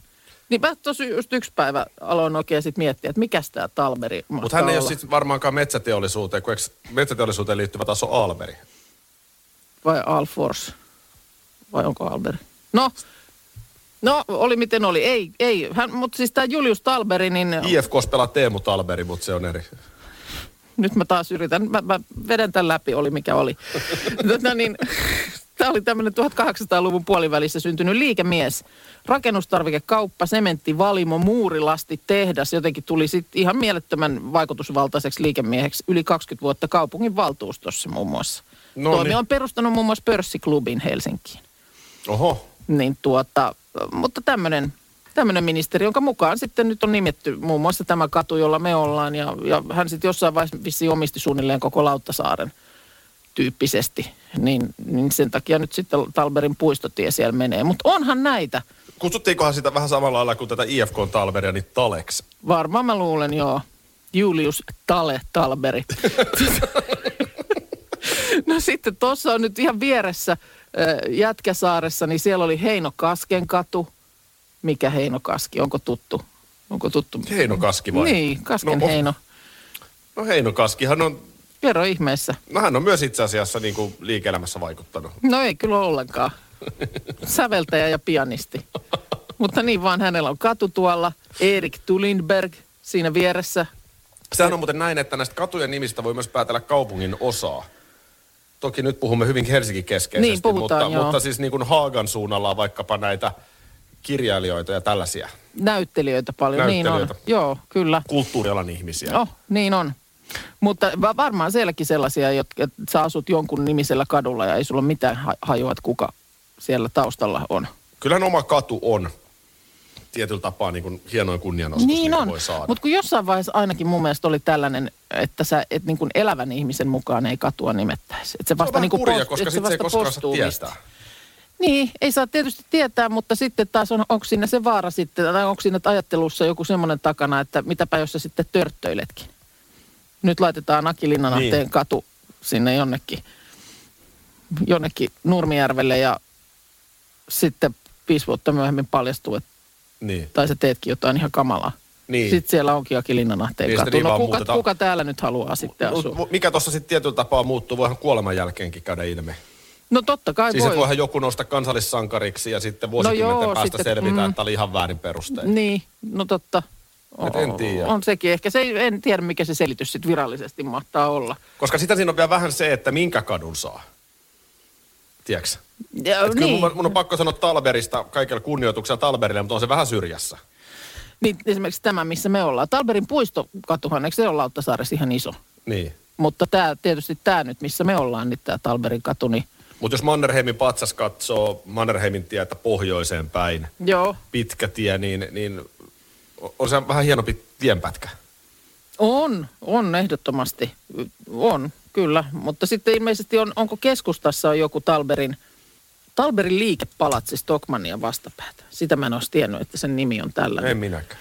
S3: Niin mä tosi just yksi päivä aloin oikein sitten miettiä, että mikäs tämä Talberi
S2: Mutta
S3: mahtaa
S2: hän ei ole
S3: olla.
S2: sitten varmaankaan metsäteollisuuteen, kun eiks metsäteollisuuteen liittyvä taas on Alberi.
S3: Vai Alfors? Vai onko Alberi? No, no oli miten oli. Ei, ei. Hän, mutta siis tämä Julius Talberi, niin
S2: IFKs pelaa Teemu Talberi, mutta se on eri.
S3: nyt mä taas yritän, mä, mä vedän tämän läpi, oli mikä oli. tota niin, tämä oli tämmöinen 1800-luvun puolivälissä syntynyt liikemies. Rakennustarvikekauppa, sementti, valimo, muurilasti, tehdas. Jotenkin tuli sitten ihan mielettömän vaikutusvaltaiseksi liikemieheksi yli 20 vuotta kaupungin valtuustossa muun muassa. No
S2: No
S3: Toimi
S2: niin.
S3: on perustanut muun muassa pörssiklubin Helsinkiin.
S2: Oho.
S3: Niin tuota, mutta tämmöinen tämmöinen ministeri, jonka mukaan sitten nyt on nimetty muun muassa tämä katu, jolla me ollaan. Ja, ja hän sitten jossain vaiheessa vissiin omisti suunnilleen koko Lauttasaaren tyyppisesti. Niin, niin sen takia nyt sitten Talberin puistotie siellä menee. Mutta onhan näitä.
S2: Kutsuttiinkohan sitä vähän samalla lailla kuin tätä IFK Talberia, niin Taleksi?
S3: Varmaan mä luulen, joo. Julius Tale Talberi. no sitten tuossa on nyt ihan vieressä ö, Jätkäsaaressa, niin siellä oli Heino Kasken katu. Mikä Heino Kaski? Onko tuttu? Onko tuttu?
S2: Heino Kaski vai?
S3: Niin, Kasken
S2: No,
S3: no,
S2: oh.
S3: Heino.
S2: No Heino Kaskihan on
S3: Kerro ihmeessä.
S2: No hän on myös itse asiassa niin kuin liike-elämässä vaikuttanut.
S3: No ei kyllä ollenkaan. Säveltäjä ja pianisti. Mutta niin vaan hänellä on katu tuolla. Erik Tulinberg siinä vieressä.
S2: Sehän on muuten näin, että näistä katujen nimistä voi myös päätellä kaupungin osaa. Toki nyt puhumme hyvin Helsingin keskeisesti,
S3: Niin, puhutaan,
S2: mutta,
S3: joo.
S2: mutta siis niin kuin Haagan suunnalla on vaikkapa näitä kirjailijoita ja tällaisia
S3: Näyttelijöitä paljon. Niin on.
S2: Näyttelijöitä.
S3: Joo, kyllä.
S2: kulttuurialan ihmisiä.
S3: Oh, niin on. Mutta va- varmaan sielläkin sellaisia, jotka että sä asut jonkun nimisellä kadulla ja ei sulla mitään ha- hajua, että kuka siellä taustalla on.
S2: Kyllähän oma katu on tietyllä tapaa niin kuin hienoin kunnianosoitus,
S3: Niin
S2: minkä
S3: on,
S2: voi saada.
S3: mutta kun jossain vaiheessa ainakin mun mielestä oli tällainen, että sä et niin kuin elävän ihmisen mukaan ei katua nimettäisi. Että se
S2: se
S3: vasta
S2: on
S3: niin
S2: niin
S3: kuin
S2: kurja,
S3: post-
S2: koska
S3: että
S2: sitten se ei
S3: vasta
S2: koskaan saa
S3: postuu
S2: tietää.
S3: Niin, ei saa tietysti tietää, mutta sitten taas on, onko siinä se vaara sitten, tai onko siinä ajattelussa joku semmoinen takana, että mitäpä jos sä sitten törttöiletkin. Nyt laitetaan Aki Linnanahteen
S2: Niin.
S3: niin. katu sinne jonnekin, jonnekin Nurmijärvelle ja sitten viisi vuotta myöhemmin paljastuu, että,
S2: Niin.
S3: tai sä teetkin jotain ihan kamalaa.
S2: Niin.
S3: Sitten siellä onkin Aki Linnanahteen
S2: Niin, sitä
S3: niin, katu.
S2: niin
S3: No
S2: vaan
S3: kuka,
S2: muutetaan.
S3: kuka täällä nyt haluaa sitten asua?
S2: Mut, mikä tuossa sitten tietyllä tapaa muuttuu, voihan kuoleman jälkeenkin käydä ilmi.
S3: no totta kai
S2: Siis voi.
S3: voi.
S2: voihan joku nousta kansallissankariksi ja sitten vuosikymmenten
S3: joo,
S2: no joo, päästä
S3: sitten-
S2: sitten, selvitään,
S3: mm.
S2: mm. että tämä oli ihan väärin perustein.
S3: Niin, no totta.
S2: Et en tiedä.
S3: On sekin. Ehkä se, ei- en tiedä, mikä se selitys sitten virallisesti mahtaa olla.
S2: Koska sitä siinä on vielä vähän se, että minkä kadun saa. Tiedätkö?
S3: Ja,
S2: Et kyllä
S3: niin,
S2: mun, mun on pakko sanoa Talberista kaikella kunnioituksella Talberille, mutta on se vähän syrjässä.
S3: niin, esimerkiksi tämä, missä me ollaan. Talberin puistokatuhan, eikö se ole Lauttasaaressa ihan iso?
S2: Niin.
S3: Mutta tämä, tietysti tämä nyt, missä me ollaan, niin tämä Talberin katu, niin
S2: Mutta jos Mannerheimin patsas katsoo Mannerheimin tietä pohjoiseen päin,
S3: joo,
S2: pitkä tie, niin, niin o- on se vähän hienompi tienpätkä.
S3: on, on ehdottomasti, on, kyllä. Mutta sitten ilmeisesti on, onko keskustassa on joku Talberin, Talberin liikepalatsi Stockmannia vastapäätä. Sitä mä en olisi tiennyt, että sen nimi on tällainen.
S2: En minäkään.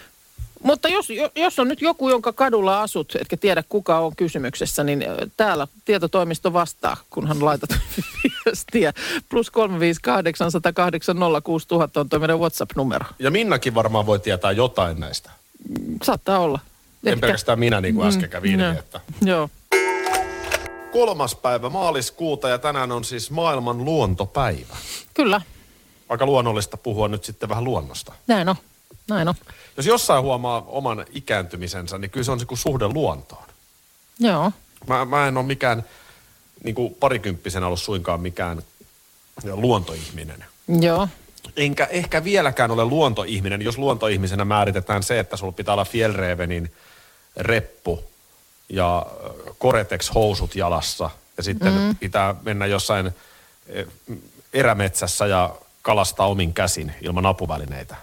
S3: Mutta jos, jo- jos on nyt joku, jonka kadulla asut, etkä tiedä kuka on kysymyksessä, niin ö, täällä tietotoimisto vastaa, kunhan laitat [LAUGHS] viestiä. Plus 358 108 06000 on tuo meidän WhatsApp-numero.
S2: Ja Minnakin varmaan voi tietää jotain näistä.
S3: Saattaa olla.
S2: En pelkästään minä, niin kuin äsken kävi ilmi,
S3: Mm, Joo.
S2: että
S3: Joo.
S2: kolmas päivä maaliskuuta ja tänään on siis maailman luontopäivä.
S3: Kyllä,
S2: Aika luonnollista puhua nyt sitten vähän luonnosta.
S3: näin on. Näin on.
S2: Jos jossain huomaa oman ikääntymisensä, niin kyllä se on se kuin suhde luontoon.
S3: Joo.
S2: Mä, mä en ole mikään, niin kuin parikymppisenä ollut suinkaan mikään luontoihminen.
S3: Joo.
S2: Enkä ehkä vieläkään ole luontoihminen, jos luontoihmisenä määritetään se, että sulla pitää olla Fjellrevenin reppu ja ö, Koretex-housut jalassa. Ja sitten mm. pitää mennä jossain ö, erämetsässä ja kalastaa omin käsin ilman apuvälineitä.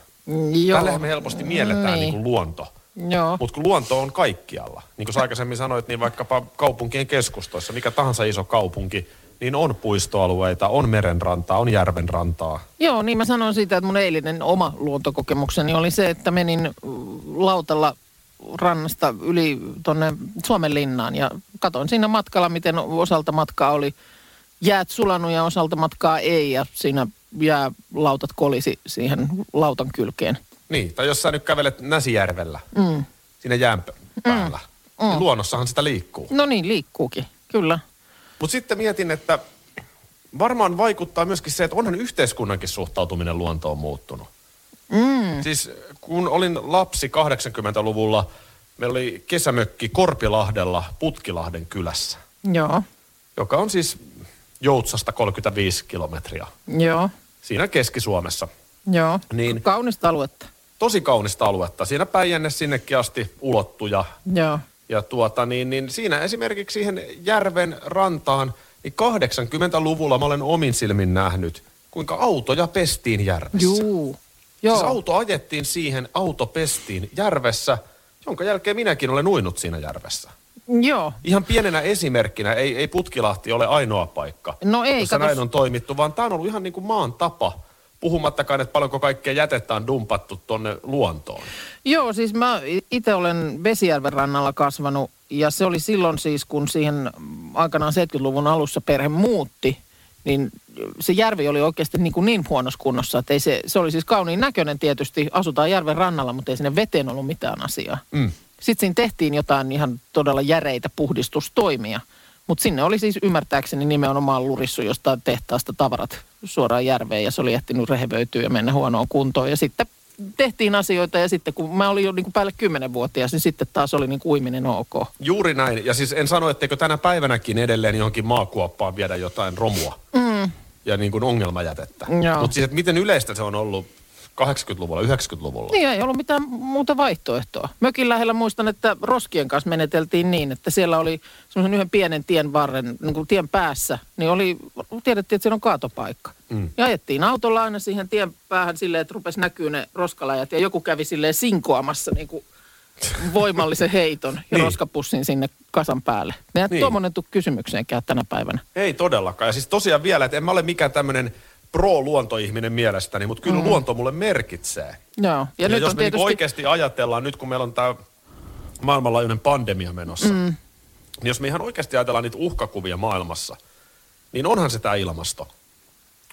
S3: Joo.
S2: Tällähän me helposti mielletään
S3: Niin.
S2: niin. Niin kuin luonto.
S3: Joo.
S2: Mutta kun luonto on kaikkialla, niin kuin sä aikaisemmin sanoit, niin vaikkapa kaupunkien keskustoissa, mikä tahansa iso kaupunki, niin on puistoalueita, on merenrantaa, on järvenrantaa.
S3: Joo, niin mä sanoin siitä, että mun eilinen oma luontokokemukseni oli se, että menin mm, lautalla rannasta yli tuonne Suomen linnaan ja katsoin siinä matkalla, miten osalta matkaa oli jäät sulanut ja osalta matkaa ei ja siinä jäälautat kolisi siihen lautan kylkeen.
S2: Niin, tai jos sä nyt kävelet Näsijärvellä, mm. siinä jään p- päällä, mm. niin luonnossahan sitä liikkuu.
S3: No niin, liikkuukin, kyllä.
S2: Mutta sitten mietin, että varmaan vaikuttaa myöskin se, että onhan yhteiskunnankin suhtautuminen luontoon muuttunut. Mm. Siis kun olin lapsi 80-luvulla, meillä oli kesämökki Korpilahdella Putkilahden kylässä.
S3: Joo,
S2: joka on siis Joutsasta 35 kilometriä
S3: joo,
S2: siinä Keski-Suomessa.
S3: joo.
S2: Niin.
S3: Kaunista aluetta.
S2: Tosi kaunista aluetta. Siinä Päijänne sinnekin asti ulottu ja,
S3: Joo.
S2: ja tuota, niin, niin siinä esimerkiksi siihen järven rantaan, niin 80-luvulla mä olen omin silmin nähnyt, kuinka autoja pestiin järvessä.
S3: Juu. Joo.
S2: Siis auto ajettiin siihen, auto pestiin järvessä, jonka jälkeen minäkin olen uinut siinä järvessä.
S3: Joo.
S2: Ihan pienenä esimerkkinä, ei, ei Putkilahti ole ainoa paikka,
S3: No ei,
S2: jossa
S3: katos-
S2: näin on toimittu, vaan tämä on ollut ihan niin kuin maan tapa, puhumattakaan, että paljonko kaikkea jätettä on dumpattu tonne luontoon.
S3: Joo, siis mä itse olen Vesijärven rannalla kasvanut ja se oli silloin siis, kun siihen aikanaan 70-luvun alussa perhe muutti, niin se järvi oli oikeasti niin, kuin niin huonossa kunnossa, että ei se, se oli siis kauniin näköinen tietysti, asutaan järven rannalla, mutta ei sinne veteen ollut mitään asiaa. Mm. Sitten siinä tehtiin jotain ihan todella järeitä puhdistustoimia, Mutta sinne oli siis ymmärtääkseni nimenomaan lurissu jostain tehtaasta tavarat suoraan järveen ja se oli ehtinyt rehevöityä ja mennä huonoon kuntoon. Ja sitten tehtiin asioita ja sitten kun mä olin jo niin kuin päälle 10-vuotias, niin sitten taas oli niin kuin uiminen ok.
S2: Juuri näin. Ja siis en sano, etteikö tänä päivänäkin edelleen johonkin maakuoppaan viedä jotain romua. Mm. Ja niin kuin ongelmajätettä.
S3: Joo.
S2: Mutta siis, että miten yleistä se on ollut 80-luvulla, 90-luvulla?
S3: Niin ei ollut mitään muuta vaihtoehtoa. Mökin lähellä muistan, että roskien kanssa meneteltiin niin, että siellä oli semmoisen yhden pienen tien varren, niin kuin tien päässä, niin oli, tiedettiin, että siellä on kaatopaikka. Mm. Ja ajettiin autolla aina siihen tien päähän silleen, että rupesi näkyy ne roskaläjät ja joku kävi silleen sinkoamassa niin kuin voimallisen heiton ja
S2: [LAUGHS] Niin.
S3: niin. roskapussin sinne kasan päälle. Meidän
S2: Niin.
S3: niin. tuommoinen tuu kysymykseenkään tänä päivänä.
S2: Ei todellakaan. Ja siis tosiaan vielä, että en mä ole mikään tämmöinen pro-luontoihminen mielestäni, mutta kyllä mm. luonto mulle merkitsee.
S3: Joo. Ja,
S2: Ja, ja
S3: nyt
S2: jos
S3: on
S2: me tietysti...
S3: tietysti...
S2: niin oikeasti ajatellaan, nyt kun meillä on tämä maailmanlaajuinen pandemia menossa, mm. niin jos me ihan oikeasti ajatellaan niitä uhkakuvia maailmassa, niin onhan se tämä ilmasto.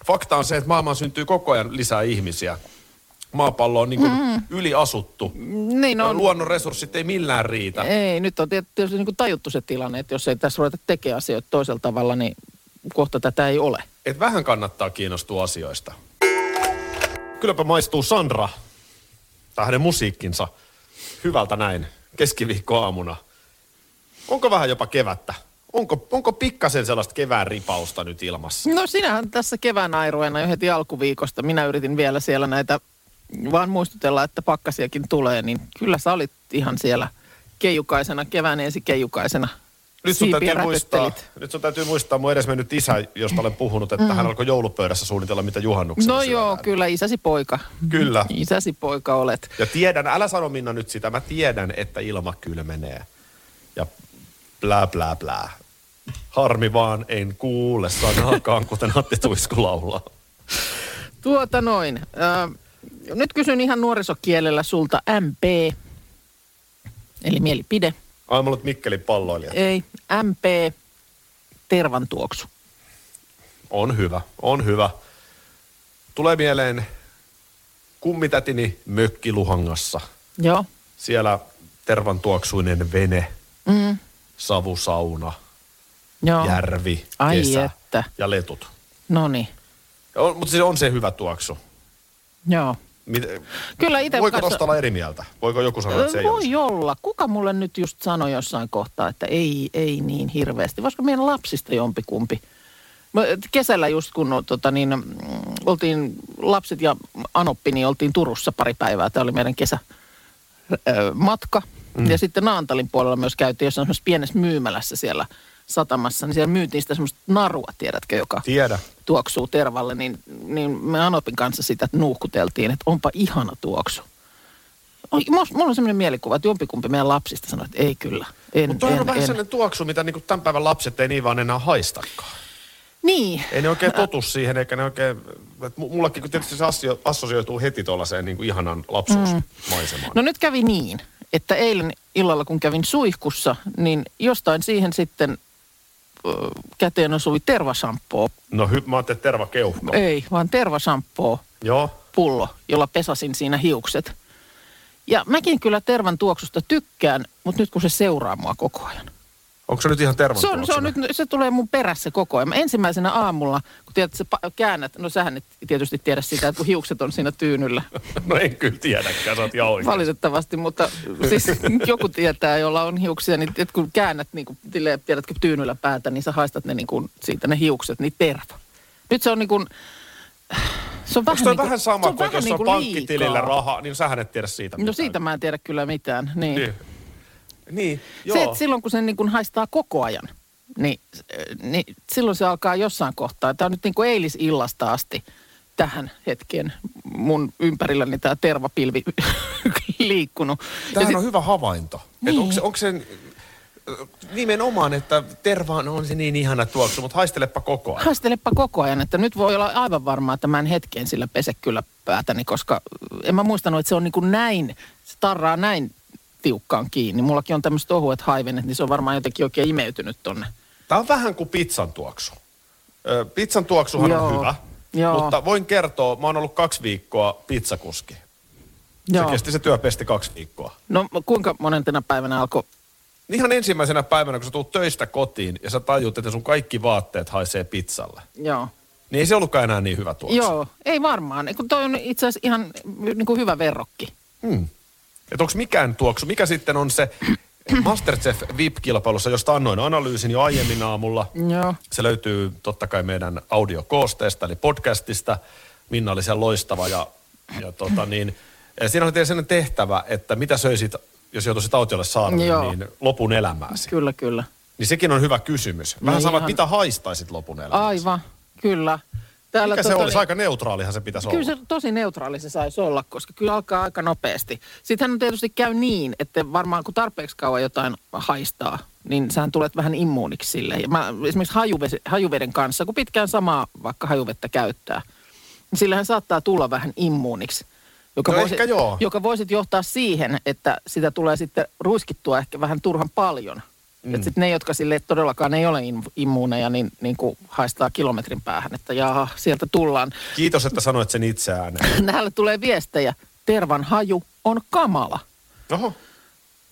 S2: Fakta on se, että maailmaan syntyy koko ajan lisää ihmisiä. Maapallo on niin kuin mm. yliasuttu.
S3: Niin
S2: No,
S3: on.
S2: Luonnon resurssit ei millään riitä.
S3: Ei, nyt on tiet- tietysti niin tajuttu se tilanne, että jos ei tässä ruveta tekemään asioita toisella tavalla, niin kohta tätä ei ole.
S2: Et vähän kannattaa kiinnostua asioista. Kylläpä maistuu Sandra, tai hänen musiikkinsa, hyvältä näin keskiviikkoaamuna. Onko vähän jopa kevättä? Onko, onko pikkasen sellaista kevään ripausta nyt ilmassa?
S3: No sinähän tässä kevään airoina jo heti alkuviikosta. Minä yritin vielä siellä näitä, vaan muistutella, että pakkasiakin tulee, niin kyllä sä olit ihan siellä keijukaisena, kevään ensi keijukaisena.
S2: Nyt sun,
S3: Siipiä
S2: täytyy muistaa,
S3: räpyttelit.
S2: nyt sun täytyy muistaa mun edesmennyt isä, josta olen puhunut, että mm. hän alkoi joulupöydässä suunnitella, mitä juhannuksena
S3: No
S2: syödään.
S3: joo, kyllä isäsi poika. Ah.
S2: Kyllä.
S3: Isäsi poika olet.
S2: Ja tiedän, älä sano Minna nyt sitä, mä tiedän, että ilma kylmenee. Ja blää blää blää. Harmi vaan, en kuule sanaakaan, kuten Antti Tuisku laulaa.
S3: Tuota noin. Ö, nyt kysyn ihan nuorisokielellä sulta MP, eli mielipide.
S2: Ai, mä ollut Mikkelin palloilija.
S3: Ei, MP, tervan tuoksu.
S2: On hyvä, on hyvä. Tulee mieleen kummitätini mökkiluhangassa.
S3: Joo.
S2: Siellä tervan tuoksuinen vene,
S3: Mm,
S2: savusauna,
S3: joo.
S2: järvi,
S3: Ai
S2: kesä
S3: että.
S2: ja letut.
S3: No niin,
S2: On, mutta se on se hyvä tuoksu.
S3: joo.
S2: Mit,
S3: Kyllä itse
S2: Voiko tosta olla eri mieltä? Voiko joku sanoa, että se ei
S3: Voi
S2: olisi?
S3: olla. Kuka mulle nyt just sanoi jossain kohtaa, että ei, ei niin hirveästi. Voisiko meidän lapsista jompikumpi? Mä- et Kesällä just kun no, tota, niin, mm, oltiin lapset ja Anoppi, niin oltiin Turussa pari päivää. Tämä oli meidän kesä, ö, matka. Mm. Ja sitten Naantalin puolella myös käytiin jossain semmoisessa pienessä myymälässä siellä satamassa. Niin siellä myytiin sitä semmoista narua, tiedätkö, joka
S2: Tiedä.
S3: tuoksuu tervalle. Niin, niin me Anopin kanssa sitä nuuhkuteltiin, että onpa ihana tuoksu. Oi, mu- Mulla on semmoinen mielikuva, että jompikumpi meidän lapsista sanoi, että ei kyllä. En,
S2: Mutta on vähän
S3: en, en.
S2: sellainen tuoksu, mitä niinku tämän päivän lapset ei niin vaan enää haistakaan.
S3: Niin,
S2: Ei ne oikein totu siihen, eikä ne oikein... et mu- Mullakin kun tietysti se assio- assosioituu heti tuollaiseen niinku ihanan lapsuusmaisemaan.
S3: No nyt kävi niin, että eilen illalla kun kävin suihkussa, niin jostain siihen sitten ö, käteen osui tervasamppoo.
S2: No, hy- mä ajattelin, että terva keuhko.
S3: Ei, vaan tervasamppoo
S2: Joo.
S3: pullo, jolla pesasin siinä hiukset. Ja mäkin kyllä tervan tuoksusta tykkään, mutta nyt kun se seuraa mua koko ajan.
S2: Onko se nyt ihan tervan
S3: Se, on, se, on nyt, se tulee mun perässä koko ajan. Mä ensimmäisenä aamulla, kun tiedät, sä pa- käännät, no sähän et tietysti tiedä sitä, että kun hiukset on siinä tyynyllä.
S2: No en kyllä tiedäkään, sä oot ihan oikein.
S3: Valitettavasti, mutta siis [LAUGHS] joku tietää, jolla on hiuksia, niin että kun käännät, niin kuin, tiedätkö, tyynyllä päätä, niin sä haistat ne niin kuin, siitä ne hiukset, niin terva. Nyt se on niin kuin, se on vähän,
S2: Onko toi
S3: niin kuin,
S2: vähän sama kuin, että jos
S3: niin
S2: on
S3: kuin
S2: pankkitilillä
S3: liikaa.
S2: rahaa, niin sähän et tiedä siitä
S3: No siitä mä en tiedä kyllä mitään, niin.
S2: Niin. Niin, joo.
S3: Se, että silloin kun sen niin kuin haistaa koko ajan, niin, äh, niin silloin se alkaa jossain kohtaa. Tämä on nyt niin kuin eilisillasta asti tähän hetkeen mun ympärilläni tämä tervapilvi [LAUGHS] liikkunut. Ja
S2: Tämähän
S3: sit-
S2: on hyvä havainto. Niin. Onko, se, onko sen nimenomaan, että tervaan on se niin ihana tuoksu, mutta haistelepa koko ajan.
S3: Haistelepa koko ajan, että nyt voi olla aivan varmaa, että mä en hetkeen sillä pese kyllä päätäni, koska en mä muistanut, että se on niin kuin näin, se tarraa näin tiukkaan kiinni. Mullakin on tämmöiset ohuet haivenet, niin se on varmaan jotenkin oikein imeytynyt tonne.
S2: Tämä on vähän kuin pizzan tuoksu. Ö, Pizzan tuoksuhan on
S3: Joo.
S2: hyvä,
S3: Joo.
S2: mutta voin kertoa, mä oon ollut kaksi viikkoa pizzakuski. Se kesti se työpesti kaksi viikkoa.
S3: No kuinka monentena päivänä alkoi
S2: Ihan ensimmäisenä päivänä, kun sä tulet töistä kotiin ja sä tajut, että sun kaikki vaatteet haisee pizzalle.
S3: Joo.
S2: Niin ei se ollutkaan enää niin hyvä tuoksu.
S3: Joo, ei varmaan. Kun toi on itse asiassa ihan niin kuin hyvä verrokki.
S2: Että onko mikään tuoksu, mikä sitten on se Masterchef VIP-kilpailussa, josta annoin analyysin jo aiemmin aamulla.
S3: Joo.
S2: Se löytyy totta kai meidän audiokoosteesta, eli podcastista. Minna oli siellä loistava ja, ja tota niin, ja siinä oli sellainen tehtävä, että mitä söisit, jos joutuisit autiolle saarelle,
S3: Joo.
S2: niin lopun elämääsi.
S3: Kyllä, kyllä.
S2: Niin sekin on hyvä kysymys. Vähän
S3: No
S2: sama, että
S3: ihan-
S2: mitä haistaisit lopun elämääsi.
S3: Aivan, kyllä. Täällä
S2: Mikä se
S3: tota
S2: olisi?
S3: niin-
S2: Aika neutraalihan se pitäisi
S3: Kyllä
S2: olla.
S3: se tosi neutraali se saisi olla, koska kyllä alkaa aika nopeasti. Sittenhän on tietysti käy niin, että varmaan kun tarpeeksi kauan jotain haistaa, niin sähän tulet vähän immuuniksi sille. Ja mä, esimerkiksi hajuvesi, hajuveden kanssa, kun pitkään samaa vaikka hajuvettä käyttää, niin sillähän saattaa tulla vähän immuuniksi. Joka,
S2: No ehkä joo.
S3: joka voisit johtaa siihen, että sitä tulee sitten ruiskittua ehkä vähän turhan paljon. Mm. Että sitten ne, jotka sille todellakaan ei ole im- immuuneja, niin, niin kuin haistaa kilometrin päähän, että jaha, sieltä tullaan.
S2: Kiitos, että sanoit sen itse ääneen.
S3: [LAUGHS] Täällä tulee viestejä. Tervan haju on kamala.
S2: Oho.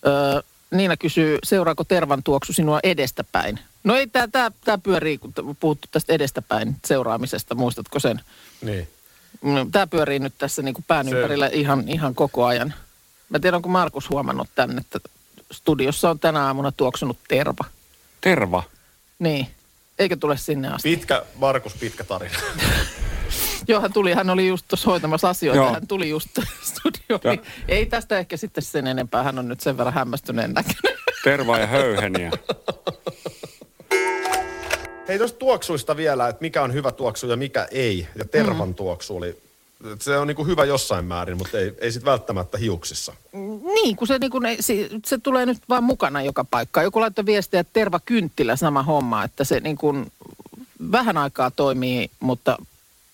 S3: Öö, Niina kysyy, seuraako tervan tuoksu sinua edestäpäin? No ei, tämä tää, tää pyörii, kun t- puhuttu tästä edestäpäin seuraamisesta, muistatko sen?
S2: Niin.
S3: Tämä pyörii nyt tässä niinku pään
S2: Se-
S3: ympärillä ihan, ihan koko ajan. Mä tiedän, onko Markus huomannut tämän, että studiossa on tänä aamuna tuoksunut terva.
S4: Terva.
S3: Niin, eikö tule sinne asti?
S2: Pitkä, Markus, pitkä tarina.
S3: Joo, hän tuli, hän oli just tuossa hoitamassa asioita,
S4: Joo.
S3: hän tuli just [LAUGHS] studioon.
S4: Joo.
S3: Niin ei tästä ehkä sitten sen enempää, hän on nyt sen verran hämmästyneen näköinen.
S4: Terva ja höyheniä.
S2: Hei tuosta tuoksuista vielä, että mikä on hyvä tuoksu ja mikä ei. Ja tervan mm. tuoksu oli, et se on niinku hyvä jossain määrin, mutta ei, ei sit välttämättä hiuksissa.
S3: Niin, kun se, niin kun, ei- se, se tulee nyt vaan mukana joka paikkaan. Joku laittoi viestiä, että terva kynttilä sama homma, että se niin kun, vähän aikaa toimii, mutta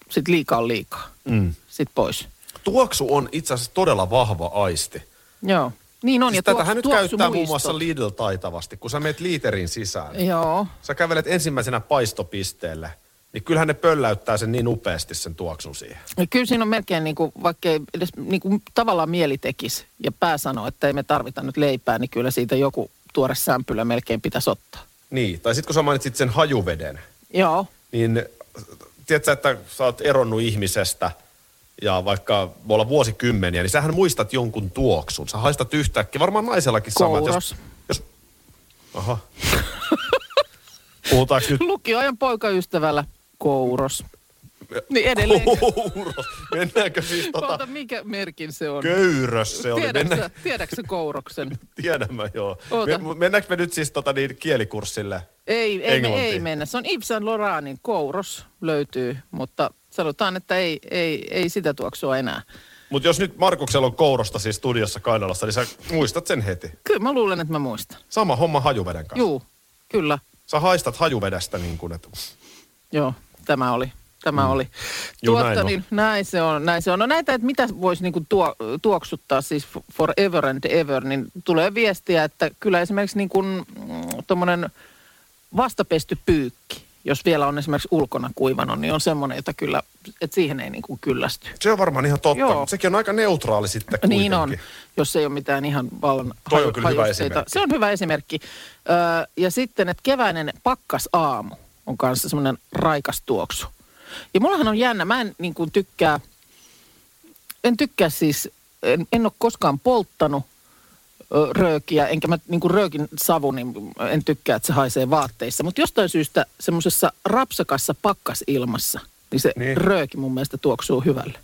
S3: sitten liikaa on liikaa. Mm. Sitten pois.
S2: Tuoksu on itse asiassa todella vahva aisti.
S3: Joo, niin on.
S2: siis
S3: ja
S2: tätähän nyt
S3: tuoksu
S2: käyttää muun muassa
S3: muistot.
S2: Lidl taitavasti, kun sä meet liiterin sisään.
S3: Joo,
S2: Sä kävelet ensimmäisenä paistopisteelle, niin kyllähän ne pölläyttää sen niin upeasti sen tuoksun siihen.
S3: Ja kyllä siinä on melkein, niin kuin, vaikka ei edes niin kuin, tavallaan mieli tekisi ja pää sanoo, että ei me tarvita nyt leipää, niin kyllä siitä joku tuore sämpylä melkein pitäisi ottaa.
S2: Niin, tai sitten kun sä mainitsit sen hajuveden,
S3: Joo, [LAUGHS]
S2: niin tiedätkö, että sä oot eronnut ihmisestä ja vaikka voi olla vuosikymmeniä, niin sähän muistat jonkun tuoksun. Sä haistat yhtäkkiä, varmaan naisellakin sama. että
S3: Kouros.
S2: Jos, jos, aha. Puhutaanko nyt
S3: lukioajan poikaystävällä kouros. Niin [LAUGHS] edelleen.
S2: kouros? Mennäänkö siis
S3: Ota,
S2: tota
S3: mikä merkin se on?
S2: köyrös se oli?
S3: Tiedätkö,
S2: Mennä,
S3: sä- tiedätkö sä kouroksen?
S2: tiedän mä joo.
S3: Oota. E-
S2: Me, mennäänkö me nyt siis tota niin kielikurssille?
S3: Ei, ei, me,
S2: Englantiin.
S3: ei mennä. Se on Yves Saint Laurentin kouros löytyy, mutta sanotaan, että ei, ei, ei sitä tuoksua enää.
S2: Mutta jos nyt Markuksella on kourosta siis studiossa Kainalassa, niin sä muistat sen heti.
S3: Kyllä mä luulen, että mä muistan.
S2: Sama homma hajuveden kanssa.
S3: Juu, kyllä.
S2: Sä haistat hajuvedestä niin kuin, että
S3: Joo, tämä oli. Tämä mm. oli.
S2: Juu, näin on.
S3: niin, näin se on, näin se on. No näitä, että mitä voisi niinku tuo, tuoksuttaa siis f- forever and ever, niin tulee viestiä, että kyllä esimerkiksi niinku, mm, tuommoinen vastapesty pyykki, jos vielä on esimerkiksi ulkona kuivannut, niin on semmoinen, jota kyllä, että siihen ei niinku kyllästy.
S2: Se on varmaan ihan totta,
S3: Joo.
S2: mutta sekin on aika neutraali sitten kuitenkin.
S3: Niin on, jos ei ole mitään ihan vallan
S2: Toi on
S3: haju-
S2: kyllä hyvä
S3: hajusteita.
S2: esimerkki.
S3: Se on hyvä esimerkki. Öö, ja sitten, että keväinen pakkasaamu on kanssa semmoinen raikas tuoksu. Ja mullahan on jännä, mä en niin kuin tykkää, en tykkää siis, en, en ole koskaan polttanut ö, röökiä, enkä mä niin kuin röökin savu, niin en tykkää, että se haisee vaatteissa. Mutta jostain syystä semmoisessa rapsakassa pakkasilmassa, niin se
S2: Niin.
S3: niin. rööki mun mielestä tuoksuu hyvälle.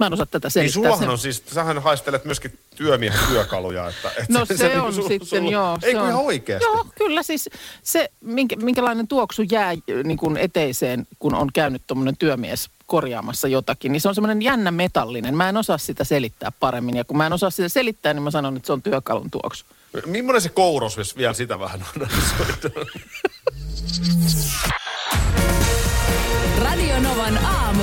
S3: Mä en osaa tätä selittää.
S2: Niin sullahan
S3: sen-
S2: on siis, sähän haistelet myöskin työmiehen työkaluja. Että, että
S3: No se,
S2: niinku
S3: on
S2: sul-
S3: sitten,
S2: sulla-
S3: joo.
S2: Ei
S3: se
S2: kun
S3: on.
S2: ihan oikeasti.
S3: Joo, kyllä siis se, minkä, minkälainen tuoksu jää ö, niin kuin eteiseen, kun on käynyt tuommoinen työmies korjaamassa jotakin, niin se on semmoinen jännä metallinen. Mä en osaa sitä selittää paremmin, ja kun mä en osaa sitä selittää, niin mä sanon, että se on työkalun tuoksu.
S2: Millainen se kouros, jos vielä sitä vähän [LAUGHS] analysoidaan?
S1: Radio Novan aamu.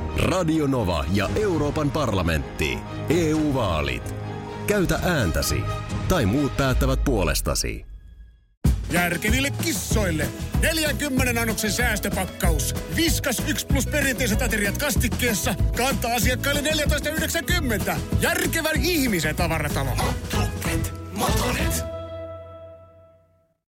S5: Radio Nova ja Euroopan parlamentti. EU-vaalit. Käytä ääntäsi. Tai muut päättävät puolestasi.
S6: Järkeville kissoille. 40 annoksen säästöpakkaus. Viskas 1 plus perinteiset ateriat kastikkeessa. Kantaa asiakkaille 14,90. Järkevän ihmisen tavaratalo. Motonet. Motonet.